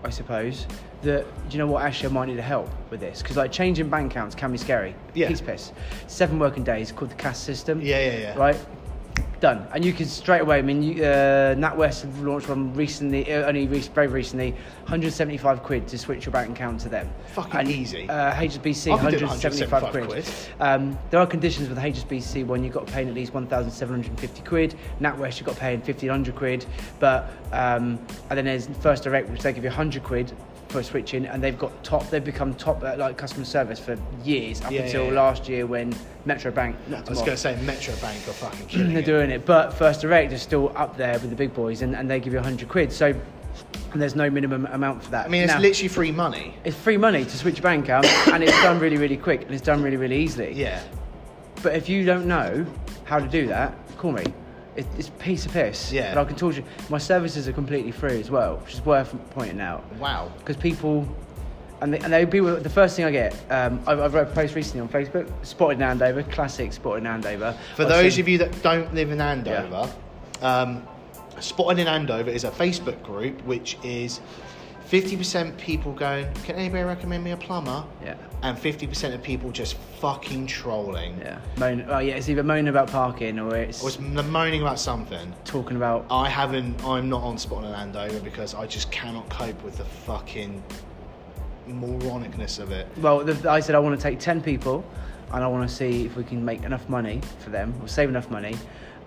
[SPEAKER 2] I suppose, that do you know what? Actually, I might need help with this because like changing bank accounts can be scary.
[SPEAKER 1] Yeah.
[SPEAKER 2] Peace piss. Seven working days called the cash system.
[SPEAKER 1] Yeah, yeah, yeah.
[SPEAKER 2] Right. Done, and you can straight away. I mean, you, uh, NatWest have launched one recently, uh, only re- very recently, 175 quid to switch your bank account to them.
[SPEAKER 1] Fucking
[SPEAKER 2] And,
[SPEAKER 1] easy.
[SPEAKER 2] Uh, HSBC
[SPEAKER 1] I could do
[SPEAKER 2] 175 quid.
[SPEAKER 1] 175 quid.
[SPEAKER 2] Um, there are conditions with the HSBC one. You've got to pay in at least 1,750 quid. NatWest, you've got to pay in 1,500 quid. But um, and then there's First Direct, which they give you 100 quid for switching, and they've got top. They've become top at like customer service for years up
[SPEAKER 1] Yeah,
[SPEAKER 2] until
[SPEAKER 1] yeah, yeah.
[SPEAKER 2] last year when Metro Bank knocked
[SPEAKER 1] I
[SPEAKER 2] them
[SPEAKER 1] was
[SPEAKER 2] off.
[SPEAKER 1] going to say Metro Bank are fucking killing
[SPEAKER 2] They're
[SPEAKER 1] it.
[SPEAKER 2] doing it, but First Direct are still up there with the big boys, and, and they give you 100 quid. So and there's no minimum amount for that.
[SPEAKER 1] I mean, it's
[SPEAKER 2] Now-
[SPEAKER 1] literally free money.
[SPEAKER 2] it's free money to switch your bank account, and it's done really, really quick, and it's done really, really easily.
[SPEAKER 1] Yeah.
[SPEAKER 2] But if you don't know how to do that, call me. It, it's a piece of piss.
[SPEAKER 1] Yeah.
[SPEAKER 2] But I can talk to you. My services are completely free as well, which is worth pointing out.
[SPEAKER 1] Wow.
[SPEAKER 2] Because people, and they, and they people, the first thing I get, um, I, I wrote a post recently on Facebook, Spotted in Andover, classic Spotted in Andover.
[SPEAKER 1] For
[SPEAKER 2] I've
[SPEAKER 1] those
[SPEAKER 2] seen-
[SPEAKER 1] of you that don't live in Andover, um, Spotted in Andover is a Facebook group which is 50% people going, Can anybody recommend me a plumber?
[SPEAKER 2] Yeah.
[SPEAKER 1] And 50% of people just fucking trolling.
[SPEAKER 2] Yeah. Moan, oh, yeah, it's either moaning about parking or it's
[SPEAKER 1] Or it's moaning about something.
[SPEAKER 2] talking about
[SPEAKER 1] I haven't, I'm not on Spotted in Andover because I just cannot cope with the fucking moronicness of it.
[SPEAKER 2] Well, the, I said I want to take 10 people and I want to see if we can make enough money for them or save enough money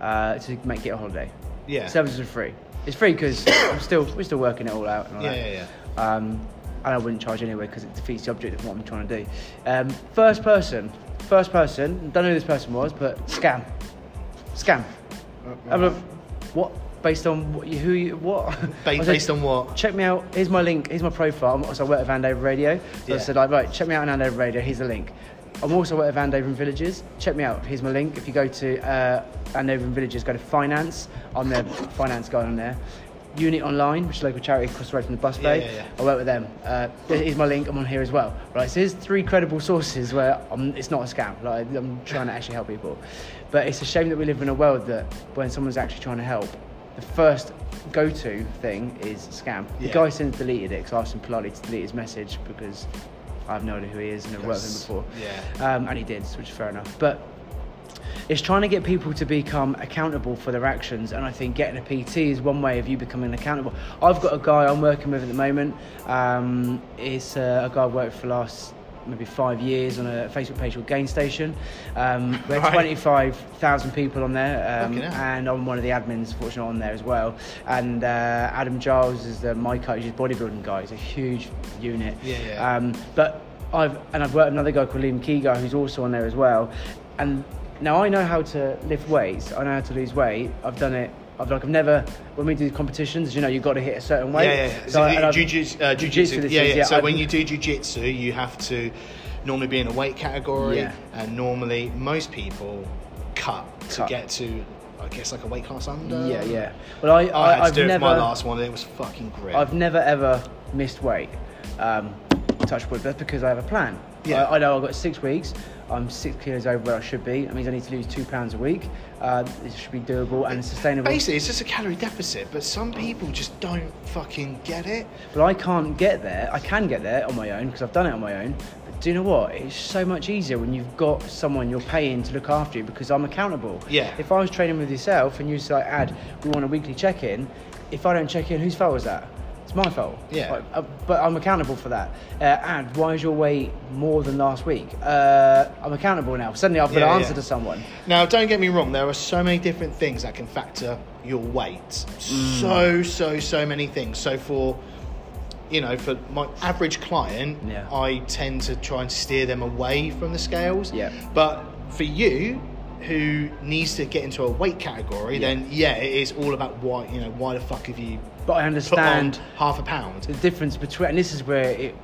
[SPEAKER 2] uh, to make it a holiday.
[SPEAKER 1] Yeah.
[SPEAKER 2] Services are free. It's free because I'm still, we're still working it all out. And all
[SPEAKER 1] Yeah,
[SPEAKER 2] that.
[SPEAKER 1] yeah,
[SPEAKER 2] Um, and I wouldn't charge anyway because it defeats the object of what I'm trying to do. Um, first person, first person, don't know who this person was, but scam. Scam.
[SPEAKER 1] Uh,
[SPEAKER 2] Have a look. What? Based on what you, who you, what?
[SPEAKER 1] Ba-
[SPEAKER 2] I said-
[SPEAKER 1] based on what?
[SPEAKER 2] check me out. Here's my link. Here's my profile. I'm also I work with Andover Radio. So I
[SPEAKER 1] Yeah.
[SPEAKER 2] said, like, right, check me out on Andover Radio. Here's the link. I'm also work with Andover and Villages. Check me out. Here's my link. If you go to uh, Andover and Villages, go to finance. I'm their finance guy on there. Unit Online, which is a local charity across the road from the bus
[SPEAKER 1] Yeah,
[SPEAKER 2] bay.
[SPEAKER 1] yeah, yeah.
[SPEAKER 2] I work with them. Uh, here's my link. I'm on here as well. Right. So here's three credible sources where I'm, it's not a scam. Like I'm trying to actually help people, but it's a shame that we live in a world that when someone's actually trying to help, the first go-to thing is scam. The
[SPEAKER 1] Yeah.
[SPEAKER 2] guy since deleted it because I asked him politely to delete his message because I have no idea who he is and I've worked with him before.
[SPEAKER 1] Yeah.
[SPEAKER 2] Um, and he did, which is fair enough. But It's trying to get people to become accountable for their actions, and I think getting a PT is one way of you becoming accountable. I've got a guy I'm working with at the moment. Um, it's uh, a guy I've worked for the last maybe five years on a Facebook page called Gain Station. Um, we had
[SPEAKER 1] Right.
[SPEAKER 2] 25,000 people on there, um,
[SPEAKER 1] Fucking hell.
[SPEAKER 2] and I'm one of the admins, fortunately, on there as well. And uh, Adam Giles is the, my coach, he's a bodybuilding guy, he's a huge unit.
[SPEAKER 1] Yeah, yeah.
[SPEAKER 2] Um, but I've, and I've worked with another guy called Liam Keegar, who's also on there as well. And now I know how to lift weights, I know how to lose weight, I've done it. I've like I've never when we do competitions, you know, you've got to hit a certain weight.
[SPEAKER 1] Yeah, yeah. yeah. So,
[SPEAKER 2] I- and I've-
[SPEAKER 1] jiu-jitsu, uh,
[SPEAKER 2] jiu-jitsu
[SPEAKER 1] jiu-jitsu,
[SPEAKER 2] this
[SPEAKER 1] yeah,
[SPEAKER 2] is,
[SPEAKER 1] yeah. So
[SPEAKER 2] I've-
[SPEAKER 1] when you do jiu-jitsu, you have to normally be in a weight category,
[SPEAKER 2] Yeah.
[SPEAKER 1] and normally most people cut, to
[SPEAKER 2] Cut.
[SPEAKER 1] get to, I guess, like a weight class under.
[SPEAKER 2] Yeah, yeah. Well, I,
[SPEAKER 1] I, had
[SPEAKER 2] I,
[SPEAKER 1] to
[SPEAKER 2] have
[SPEAKER 1] do it
[SPEAKER 2] never,
[SPEAKER 1] for my last one, and it was fucking great.
[SPEAKER 2] I've never ever missed weight. Um, touch wood. That's because I have a plan.
[SPEAKER 1] Yeah.
[SPEAKER 2] I, I know I've got six weeks. I'm six kilos over where I should be. That means I need to lose two pounds a week. Uh, it should be doable and sustainable.
[SPEAKER 1] Basically, it's just a calorie deficit, but some people just don't fucking get it.
[SPEAKER 2] But I can't get there. I can get there on my own because I've done it on my own. But do you know what? It's so much easier when you've got someone you're paying to look after you because I'm accountable.
[SPEAKER 1] Yeah.
[SPEAKER 2] If I was training with yourself and you say, like, "Ad, we want a weekly check-in," if I don't check in, whose fault was that? It's my fault.
[SPEAKER 1] Yeah.
[SPEAKER 2] Like, uh, but I'm accountable for that. Uh, Ad, why is your weight more than last week? Uh, I'm accountable now. Suddenly, I've got
[SPEAKER 1] Yeah,
[SPEAKER 2] to
[SPEAKER 1] yeah.
[SPEAKER 2] answer to someone.
[SPEAKER 1] Now, don't get me wrong, there are so many different things that can factor your weight. So,
[SPEAKER 2] Mm.
[SPEAKER 1] so, so many things. So, for you know, for my average client,
[SPEAKER 2] Yeah.
[SPEAKER 1] I tend to try and steer them away from the scales.
[SPEAKER 2] Yeah.
[SPEAKER 1] But for you, who needs to get into a weight category, then yeah, it is all about why you know why the fuck have you
[SPEAKER 2] But I
[SPEAKER 1] put on
[SPEAKER 2] understand.
[SPEAKER 1] half a pound?
[SPEAKER 2] the difference between and this is where it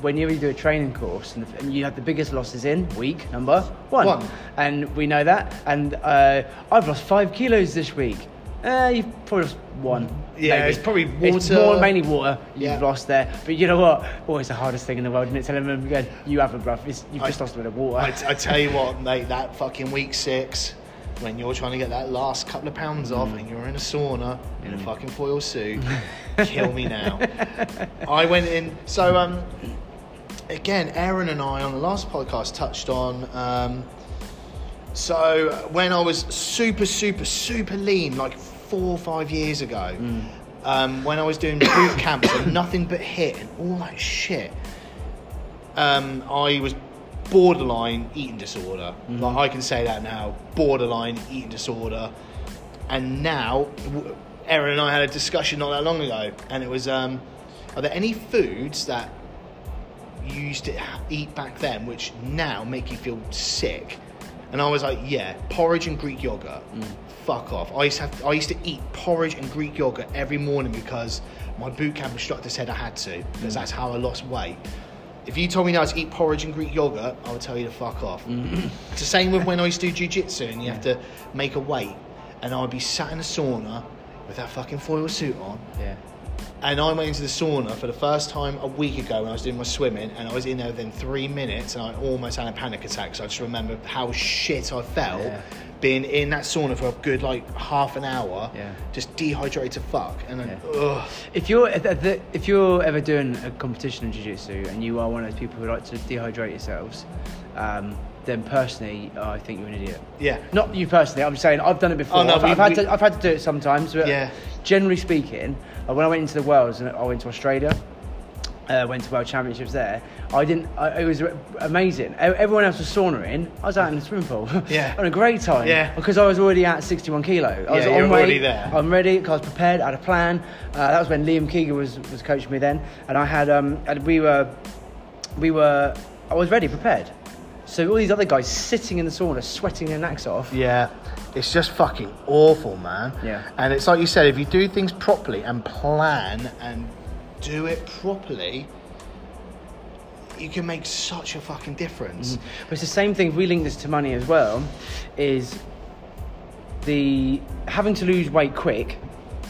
[SPEAKER 2] when you do a training course and, the, and you have the biggest losses in week number one,
[SPEAKER 1] One.
[SPEAKER 2] and we know that and uh, i've lost five kilos this week uh, you've probably lost one
[SPEAKER 1] Yeah,
[SPEAKER 2] maybe.
[SPEAKER 1] it's probably
[SPEAKER 2] it's
[SPEAKER 1] water.
[SPEAKER 2] more, mainly water you've
[SPEAKER 1] Yeah.
[SPEAKER 2] lost there but you know what always the hardest thing in the world and it's telling them again you haven't bruv it's, you've
[SPEAKER 1] I-
[SPEAKER 2] just lost a bit of water
[SPEAKER 1] I, I tell you what, mate, that fucking week six, when you're trying to get that last couple of pounds off and you're in a sauna in a fucking foil suit, kill me now. I went in, so um, again, Aaron and I on the last podcast touched on. Um, so when I was super, super, super lean, like four or five years ago, um, when I was doing boot camps and nothing but hit and all that shit, um, I was borderline eating disorder. Like I can say that now, borderline eating disorder. And now, w- Erin and I had a discussion not that long ago, and it was, um, are there any foods that you used to ha- eat back then which now make you feel sick? And I was like, yeah, porridge and Greek yogurt. Fuck off. I used to have, I used to eat porridge and Greek yogurt every morning because my boot camp instructor said I had to because that's how I lost weight. If you told me now to eat porridge and Greek yogurt, I would tell you to fuck off. it's the same with when I used to do jiu-jitsu and you have to make a weight. And I'd be sat in a sauna with that fucking foil suit on
[SPEAKER 2] yeah
[SPEAKER 1] and I went into the sauna for the first time a week ago when I was doing my swimming, and I was in there within three minutes, and I almost had a panic attack. So I just remember how shit I felt
[SPEAKER 2] Yeah.
[SPEAKER 1] being in that sauna for a good like half an hour,
[SPEAKER 2] Yeah.
[SPEAKER 1] just dehydrated to fuck, and then,
[SPEAKER 2] Yeah.
[SPEAKER 1] ugh,
[SPEAKER 2] If you're if- if if you're ever doing a competition in jiu-jitsu and you are one of those people who like to dehydrate yourselves, um, then personally, I think you're an idiot.
[SPEAKER 1] yeah.
[SPEAKER 2] Not you personally. I'm saying I've done it before.
[SPEAKER 1] Oh, no,
[SPEAKER 2] I've,
[SPEAKER 1] we-
[SPEAKER 2] I've had
[SPEAKER 1] we-
[SPEAKER 2] to, I've had to do it sometimes. But
[SPEAKER 1] Yeah.
[SPEAKER 2] Generally speaking, uh, when I went into the worlds and I went to Australia, uh, went to world championships there. I didn't. I, it was amazing. E- Everyone else was saunaing. I was out in the swimming pool.
[SPEAKER 1] Yeah.
[SPEAKER 2] on a great time.
[SPEAKER 1] Yeah.
[SPEAKER 2] Because I was already at 61 kilo. I was
[SPEAKER 1] Yeah,
[SPEAKER 2] on
[SPEAKER 1] you're
[SPEAKER 2] weight.
[SPEAKER 1] already there.
[SPEAKER 2] I'm ready. 'cause I was prepared. I had a plan. Uh, that was when Liam Keegan was was coaching me then, and I had um and we were we were I was ready, prepared. So all these other guys sitting in the sauna, sweating their knacks off.
[SPEAKER 1] Yeah, it's just fucking awful, man.
[SPEAKER 2] Yeah.
[SPEAKER 1] And it's like you said, if you do things properly and plan and do it properly, you can make such a fucking difference.
[SPEAKER 2] But it's the same thing. If we link this to money as well, is the having to lose weight quick,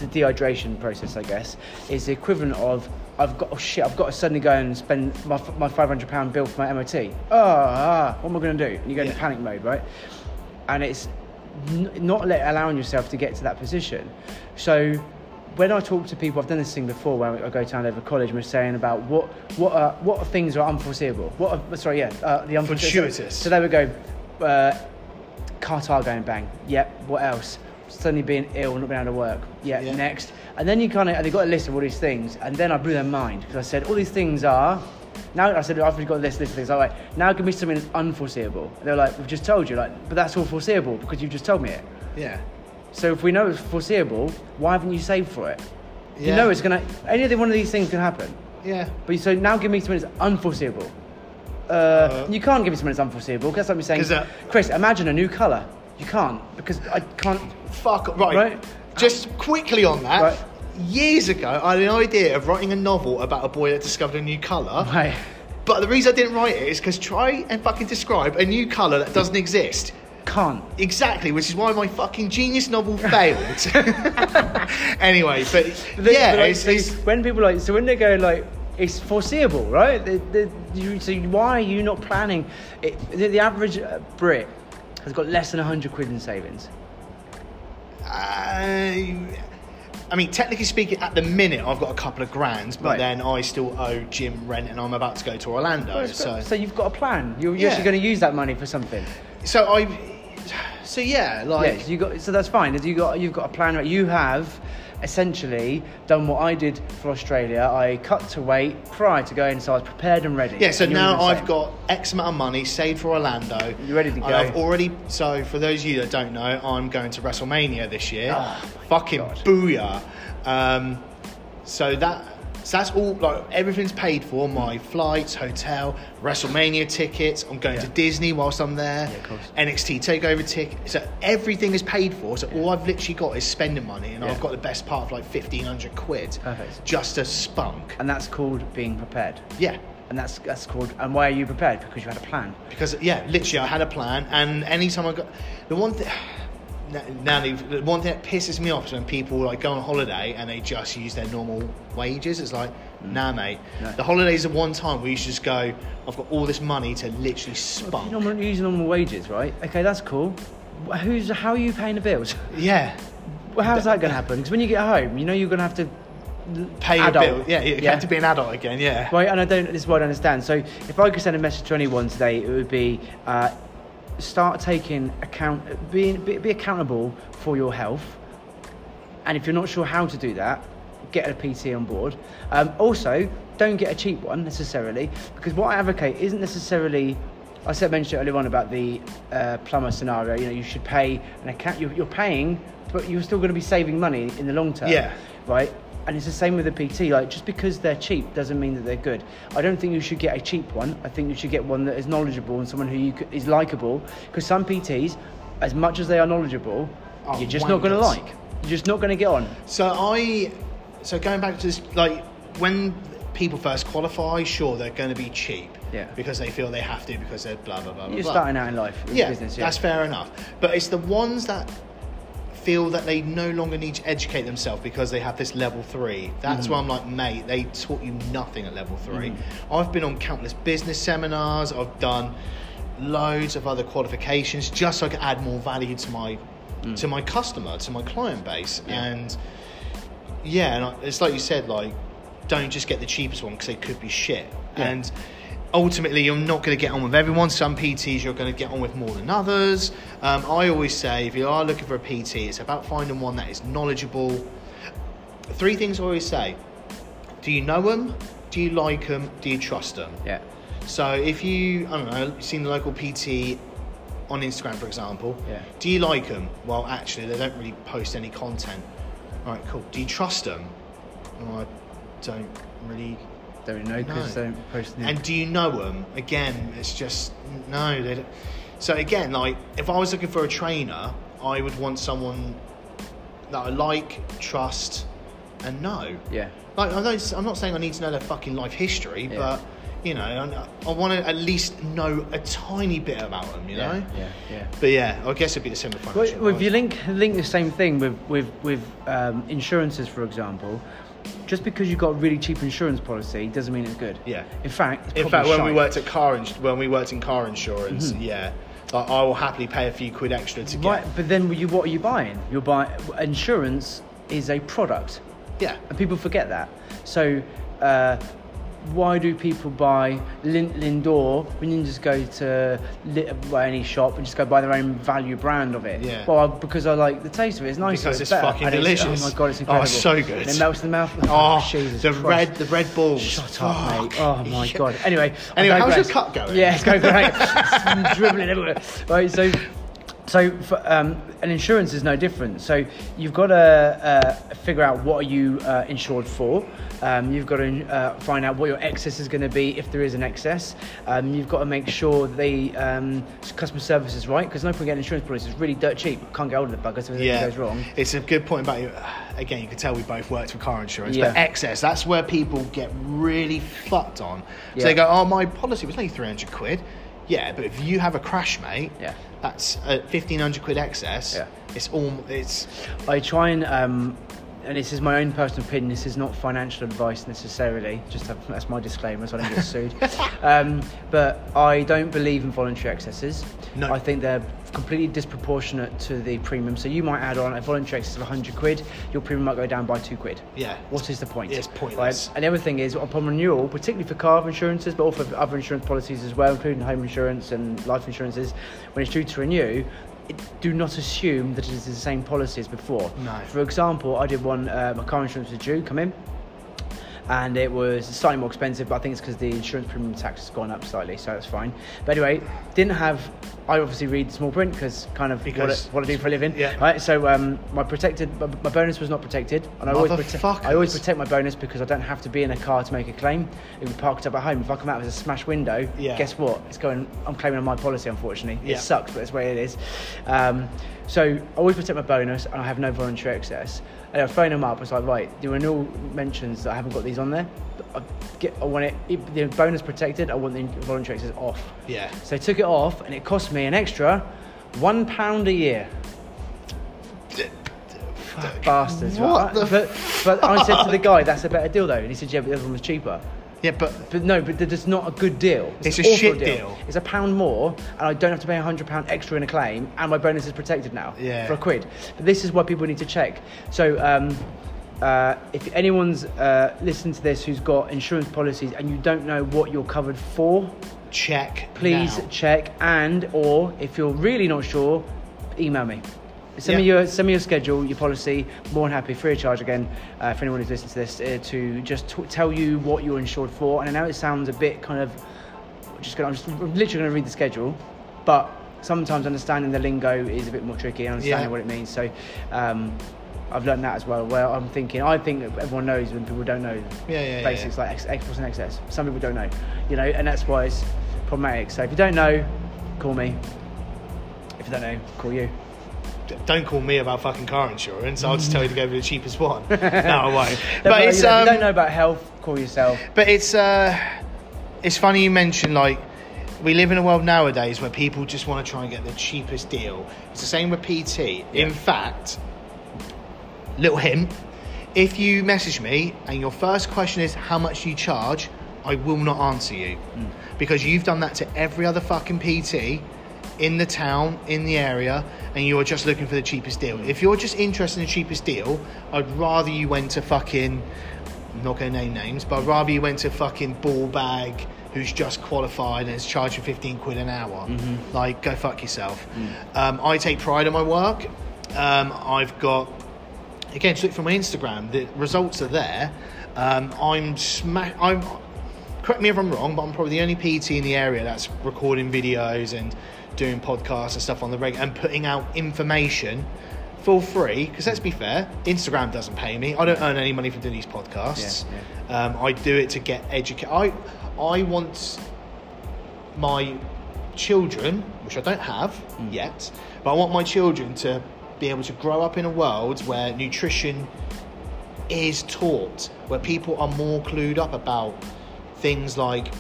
[SPEAKER 2] the dehydration process, I guess, is the equivalent of I've got oh shit, I've got to suddenly go and spend my, f- my five hundred pound bill for my MOT. Ah, ah, what am I going to do? And you go into
[SPEAKER 1] Yeah.
[SPEAKER 2] panic mode, right? And it's n- not let, allowing yourself to get to that position. So when I talk to people, I've done this thing before when I go to Andover College and we're saying about what what are, what are things are unforeseeable. What are, sorry, yeah, uh, the unforeseeable.
[SPEAKER 1] Fortuitous.
[SPEAKER 2] So there we go. Uh, Qatar going bang. Yep. What else? Suddenly being ill, not being able to work. Yep.
[SPEAKER 1] Yeah.
[SPEAKER 2] Next. And then you kind of, and they got a list of all these things. And then I blew their mind because I said, all these things are. Now I said, I've already got a list, list of things. All right. Now give me something that's unforeseeable. And they're like, we've just told you. Like, but that's all foreseeable because you've just told me it.
[SPEAKER 1] Yeah.
[SPEAKER 2] So if we know it's foreseeable, why haven't you saved for it?
[SPEAKER 1] Yeah.
[SPEAKER 2] You know it's gonna. Any other one of these things can happen.
[SPEAKER 1] Yeah.
[SPEAKER 2] But you so now give me something that's unforeseeable. Uh, you can't give me something that's unforeseeable. 'cause That's like me saying,
[SPEAKER 1] 'Cause that-
[SPEAKER 2] Chris, imagine a new colour. You can't because I can't.
[SPEAKER 1] Fuck. Right.
[SPEAKER 2] Right.
[SPEAKER 1] Just quickly on that.
[SPEAKER 2] Right.
[SPEAKER 1] Years ago, I had an idea of writing a novel about a boy that discovered a new colour.
[SPEAKER 2] Right.
[SPEAKER 1] But the reason I didn't write it is because try and fucking describe a new colour that doesn't exist.
[SPEAKER 2] Can't.
[SPEAKER 1] Exactly, which is why my fucking genius novel failed. anyway, but
[SPEAKER 2] They-
[SPEAKER 1] yeah,
[SPEAKER 2] but like,
[SPEAKER 1] it's,
[SPEAKER 2] so
[SPEAKER 1] it's,
[SPEAKER 2] when people like so when they go like it's foreseeable, right? They, they, you, so why are you not planning? It, the, the average uh, Brit has got less than hundred quid in savings.
[SPEAKER 1] I uh, I mean, technically speaking, at the minute I've got a couple of grands, but
[SPEAKER 2] Right.
[SPEAKER 1] then I still owe gym rent, and I'm about to go to Orlando. So,
[SPEAKER 2] so you've got a plan. You're,
[SPEAKER 1] Yeah.
[SPEAKER 2] you're actually going to use that money for something.
[SPEAKER 1] so I, so yeah, like
[SPEAKER 2] yes, you got. Oh, So that's fine. You got. You've got a plan. Right? You have essentially done what I did for Australia. I cut to weight prior to going, so I was prepared and ready.
[SPEAKER 1] Yeah, so
[SPEAKER 2] And you're
[SPEAKER 1] now
[SPEAKER 2] the same.
[SPEAKER 1] I've got X amount of money saved for Orlando.
[SPEAKER 2] You're ready to
[SPEAKER 1] And
[SPEAKER 2] go.
[SPEAKER 1] I've already. So for those of you that don't know, I'm going to WrestleMania this year.
[SPEAKER 2] Oh my
[SPEAKER 1] Fucking
[SPEAKER 2] God.
[SPEAKER 1] booyah! Um, so that so that's all. Like everything's paid for. My flights, hotel, WrestleMania tickets. I'm going to Disney whilst I'm there.
[SPEAKER 2] of course.
[SPEAKER 1] NXT Takeover ticket. So everything is paid for. So all I've literally got is spending money, and
[SPEAKER 2] Yeah.
[SPEAKER 1] I've got the best part of like fifteen hundred quid.
[SPEAKER 2] Perfect.
[SPEAKER 1] Just a spunk.
[SPEAKER 2] And that's called being prepared.
[SPEAKER 1] Yeah.
[SPEAKER 2] And that's that's called. And why are you prepared? Because you had a plan.
[SPEAKER 1] because yeah, literally, I had a plan, and anytime I got the one thing. Now, the one thing that pisses me off is when people like go on holiday and they just use their normal wages. It's like, nah, mate.
[SPEAKER 2] Mm. No.
[SPEAKER 1] The holidays are one time where you should just go. I've got all this money to literally
[SPEAKER 2] You're
[SPEAKER 1] spunk.
[SPEAKER 2] not using normal wages, right? Okay, that's cool. Wh- Who's how are you paying the bills?
[SPEAKER 1] yeah,
[SPEAKER 2] Well, how's that going to happen? Because when you get home, you know you're going to have to
[SPEAKER 1] pay your
[SPEAKER 2] adult.
[SPEAKER 1] bill. Yeah, you have to be an adult again. Yeah,
[SPEAKER 2] Right, and I don't. This is what I don't understand. So, if I could send a message to anyone today, it would be uh, start taking account, being be, be accountable for your health. And if you're not sure how to do that, get a PT on board. Um, also, don't get a cheap one necessarily, because what I advocate isn't necessarily. I said mentioned earlier on about the uh, plumber scenario. You know, you should pay an account. You're, you're paying, but you're still going to be saving money in the long term
[SPEAKER 1] Yeah.
[SPEAKER 2] right? And it's the same with the PT. Like, just because they're cheap doesn't mean that they're good. I don't think you should get a cheap one. I think you should get one that is knowledgeable and someone who you c- is likable. Because some PTs, as much as they are knowledgeable,
[SPEAKER 1] Are
[SPEAKER 2] you're just not going to
[SPEAKER 1] wankers.
[SPEAKER 2] like. You're just not going to get on.
[SPEAKER 1] So I, so going back to this, like when people first qualify, sure they're going to be cheap.
[SPEAKER 2] Yeah.
[SPEAKER 1] Because they feel they have to because they're blah blah blah. blah,
[SPEAKER 2] You're
[SPEAKER 1] blah.
[SPEAKER 2] starting out in life, with
[SPEAKER 1] yeah,
[SPEAKER 2] business. Yeah,
[SPEAKER 1] that's fair enough. But it's the ones that feel that they no longer need to educate themselves because they have this level three.
[SPEAKER 2] Mm.
[SPEAKER 1] That's where I'm like, mate, they taught you nothing at level 3 i I've been on countless business seminars. I've done loads of other qualifications just so I can add more value to my to my customer, to my client base,
[SPEAKER 2] Mm. Yeah.
[SPEAKER 1] and yeah, and I- it's like you said, like don't just get the cheapest one because they could be shit.
[SPEAKER 2] Yeah.
[SPEAKER 1] And ultimately, you're not going to get on with everyone. Some PTs you're going to get on with more than others. Um, I always say if you are looking for a PT, it's about finding one that is knowledgeable. Three things I always say: Do you know them? Do you like them? Do you trust them?
[SPEAKER 2] yeah,
[SPEAKER 1] So if you, I don't know, you've seen the local PT on Instagram, for example,
[SPEAKER 2] Yeah.
[SPEAKER 1] do you like them? Well, actually, they don't really post any content. All right, cool. Do you trust them? Well, I don't really.
[SPEAKER 2] don't really know because
[SPEAKER 1] No.
[SPEAKER 2] they don't post. New.
[SPEAKER 1] And do you know them? Again, it's just no. They don't. So again, like if I was looking for a trainer, I would want someone that I like, trust, and know.
[SPEAKER 2] yeah,
[SPEAKER 1] Like, I don't, I'm not saying I need to know their fucking life history,
[SPEAKER 2] Yeah.
[SPEAKER 1] but you know, I, I want to at least know a tiny bit about them. You
[SPEAKER 2] yeah,
[SPEAKER 1] know.
[SPEAKER 2] yeah, yeah.
[SPEAKER 1] But yeah, I guess it'd be the same with
[SPEAKER 2] Well,
[SPEAKER 1] financial.
[SPEAKER 2] well, if
[SPEAKER 1] advice.
[SPEAKER 2] you link link the same thing with with with um, insurances, for example, just because you've got a really cheap insurance policy doesn't mean it's good.
[SPEAKER 1] Yeah.
[SPEAKER 2] In fact, it's
[SPEAKER 1] in fact,
[SPEAKER 2] probably
[SPEAKER 1] when we
[SPEAKER 2] shite.
[SPEAKER 1] worked at car, ins- when we worked in car insurance, yeah, like, I will happily pay a few quid extra to get.
[SPEAKER 2] right, but then you what are you buying? You're buying insurance is a product,
[SPEAKER 1] Yeah.
[SPEAKER 2] and people forget that. So. Uh, why do people buy Lin- Lindor when you can just go to li- well, any shop and just go buy their own value brand of it?
[SPEAKER 1] Yeah.
[SPEAKER 2] Well, I- because I like the taste of it. It's nice.
[SPEAKER 1] Because it's
[SPEAKER 2] better,
[SPEAKER 1] fucking
[SPEAKER 2] and
[SPEAKER 1] delicious.
[SPEAKER 2] oh my god, it's
[SPEAKER 1] Oh,
[SPEAKER 2] incredible.
[SPEAKER 1] it's so good.
[SPEAKER 2] And it melts in the mouth.
[SPEAKER 1] Oh,
[SPEAKER 2] Jesus
[SPEAKER 1] the
[SPEAKER 2] Christ.
[SPEAKER 1] red, the red balls.
[SPEAKER 2] Shut up, mate.
[SPEAKER 1] Fuck.
[SPEAKER 2] Oh my
[SPEAKER 1] Yeah.
[SPEAKER 2] god. Anyway. I
[SPEAKER 1] Anyway, how's your
[SPEAKER 2] digress.
[SPEAKER 1] cut going?
[SPEAKER 2] Yeah, it's going great. It's dribbling everywhere. Right, so. So, for, um, an insurance is no different. So, you've got to uh, figure out what are you uh, insured for. Um, you've got to uh, find out what your excess is going to be if there is an excess. Um, you've got to make sure the um, customer service is right because no point getting insurance policies. It's really dirt cheap. Can't get hold of the buggers if anything
[SPEAKER 1] Yeah,
[SPEAKER 2] goes wrong.
[SPEAKER 1] it's a good point about you. Again, you can tell we both worked with car insurance, but
[SPEAKER 2] Yeah.
[SPEAKER 1] excess, that's where people get really fucked on. So
[SPEAKER 2] Yeah.
[SPEAKER 1] they go, oh, my policy was only 300 quid. Yeah, but if you have a crash, mate,
[SPEAKER 2] Yeah.
[SPEAKER 1] that's uh, 1500 quid excess.
[SPEAKER 2] Yeah.
[SPEAKER 1] It's all, it's,
[SPEAKER 2] I try and, um, and this is my own personal opinion. This is not financial advice necessarily. Just have, that's my disclaimer, so I don't get sued. um, but I don't believe in voluntary excesses.
[SPEAKER 1] No.
[SPEAKER 2] I think they're completely disproportionate to the premium. So you might add on a voluntary excess of 100 quid. Your premium might go down by two quid.
[SPEAKER 1] Yeah.
[SPEAKER 2] What is the point?
[SPEAKER 1] Yeah, it's pointless.
[SPEAKER 2] Right? And the other thing is, upon renewal, particularly for car insurances, but also for other insurance policies as well, including home insurance and life insurances, when it's due to renew, it, do not assume that it is the same policy as before.
[SPEAKER 1] No.
[SPEAKER 2] For example, I did one, uh, my car insurance was due, come in, and it was slightly more expensive, but I think it's because the insurance premium tax has gone up slightly, so that's fine. But anyway, didn't have, I obviously read small print because kind of
[SPEAKER 1] Because-
[SPEAKER 2] what, I, what I do for a living.
[SPEAKER 1] yeah.
[SPEAKER 2] Right, so um, my protected, my, my bonus was not protected, and I always, prote- I always
[SPEAKER 1] Motherfuckers.
[SPEAKER 2] protect my bonus because I don't have to be in a car to make a claim. It would be parked up at home. If I come out with a smashed window,
[SPEAKER 1] Yeah.
[SPEAKER 2] guess what? It's going. I'm claiming on my policy. Unfortunately,
[SPEAKER 1] Yeah.
[SPEAKER 2] it sucks, but that's the way it is. Um, so I always protect my bonus, and I have no voluntary excess. And I phone them up. I was like, right, the renewal mentions that I haven't got these on there. But I, get, I want it. If the bonus protected. I want the voluntary excess off.
[SPEAKER 1] yeah.
[SPEAKER 2] So I took it off, and it cost me an extra one pound a year. Bastards.
[SPEAKER 1] What
[SPEAKER 2] right?
[SPEAKER 1] the
[SPEAKER 2] but, but I said to the guy, that's a better deal though. And he said, yeah, but the other one was cheaper.
[SPEAKER 1] Yeah, but
[SPEAKER 2] But no, but it's not a good deal.
[SPEAKER 1] It's
[SPEAKER 2] an
[SPEAKER 1] a
[SPEAKER 2] awful
[SPEAKER 1] shit deal.
[SPEAKER 2] It's a pound more, and I don't have to pay a hundred pound extra in a claim, and my bonus is protected now
[SPEAKER 1] Yeah.
[SPEAKER 2] for a quid. But this is why people need to check. So. Um, uh, if anyone's uh, listened to this who's got insurance policies and you don't know what you're covered for,
[SPEAKER 1] check.
[SPEAKER 2] please
[SPEAKER 1] now.
[SPEAKER 2] check and or if you're really not sure email me send me
[SPEAKER 1] Yeah.
[SPEAKER 2] your send me your schedule your policy more than happy free of charge again uh, for anyone who's listening to this uh, to just t- tell you what you're insured for and i know it sounds a bit kind of just gonna, i'm just I'm literally going to read the schedule but sometimes understanding the lingo is a bit more tricky and understanding
[SPEAKER 1] Yeah.
[SPEAKER 2] what it means so um, i've learned that as well where i'm thinking i think everyone knows when people don't know
[SPEAKER 1] Yeah, yeah, yeah,
[SPEAKER 2] basics like X, X plus and XS. Some people don't know, you know, and that's why it's problematic. So if you don't know, call me. If you don't know, call you.
[SPEAKER 1] D- Don't call me about fucking car insurance. I'll just tell you to go for the cheapest one. no, I won't.
[SPEAKER 2] No,
[SPEAKER 1] But
[SPEAKER 2] you
[SPEAKER 1] it's
[SPEAKER 2] know, if you
[SPEAKER 1] um,
[SPEAKER 2] don't know about health, call yourself.
[SPEAKER 1] But it's uh, it's funny you mentioned like we live in a world nowadays where people just want to try and get the cheapest deal. It's the same with PT. In fact, little hint: if you message me and your first question is how much you charge, I will not answer you because you've done that to every other fucking PT in the town, in the area, and you're just looking for the cheapest deal. If you're just interested in the cheapest deal, I'd rather you went to fucking. I'm not going to name names, but I'd rather you went to fucking ball bag who's just qualified and is charging 15 quid an hour. Like, go fuck yourself. Um, I take pride in my work. Um, I've got again, just look from my Instagram. The results are there. Um, I'm smack. I'm. Correct me if I'm wrong, but I'm probably the only PT in the area that's recording videos and doing podcasts and stuff on the reg and putting out information for free. Because let's be fair, Instagram doesn't pay me. I don't earn any money from doing these podcasts.
[SPEAKER 2] Yeah,
[SPEAKER 1] Um, I do it to get educated. I I want my children, which I don't have yet, but I want my children to be able to grow up in a world where nutrition is taught, where people are more clued up about things like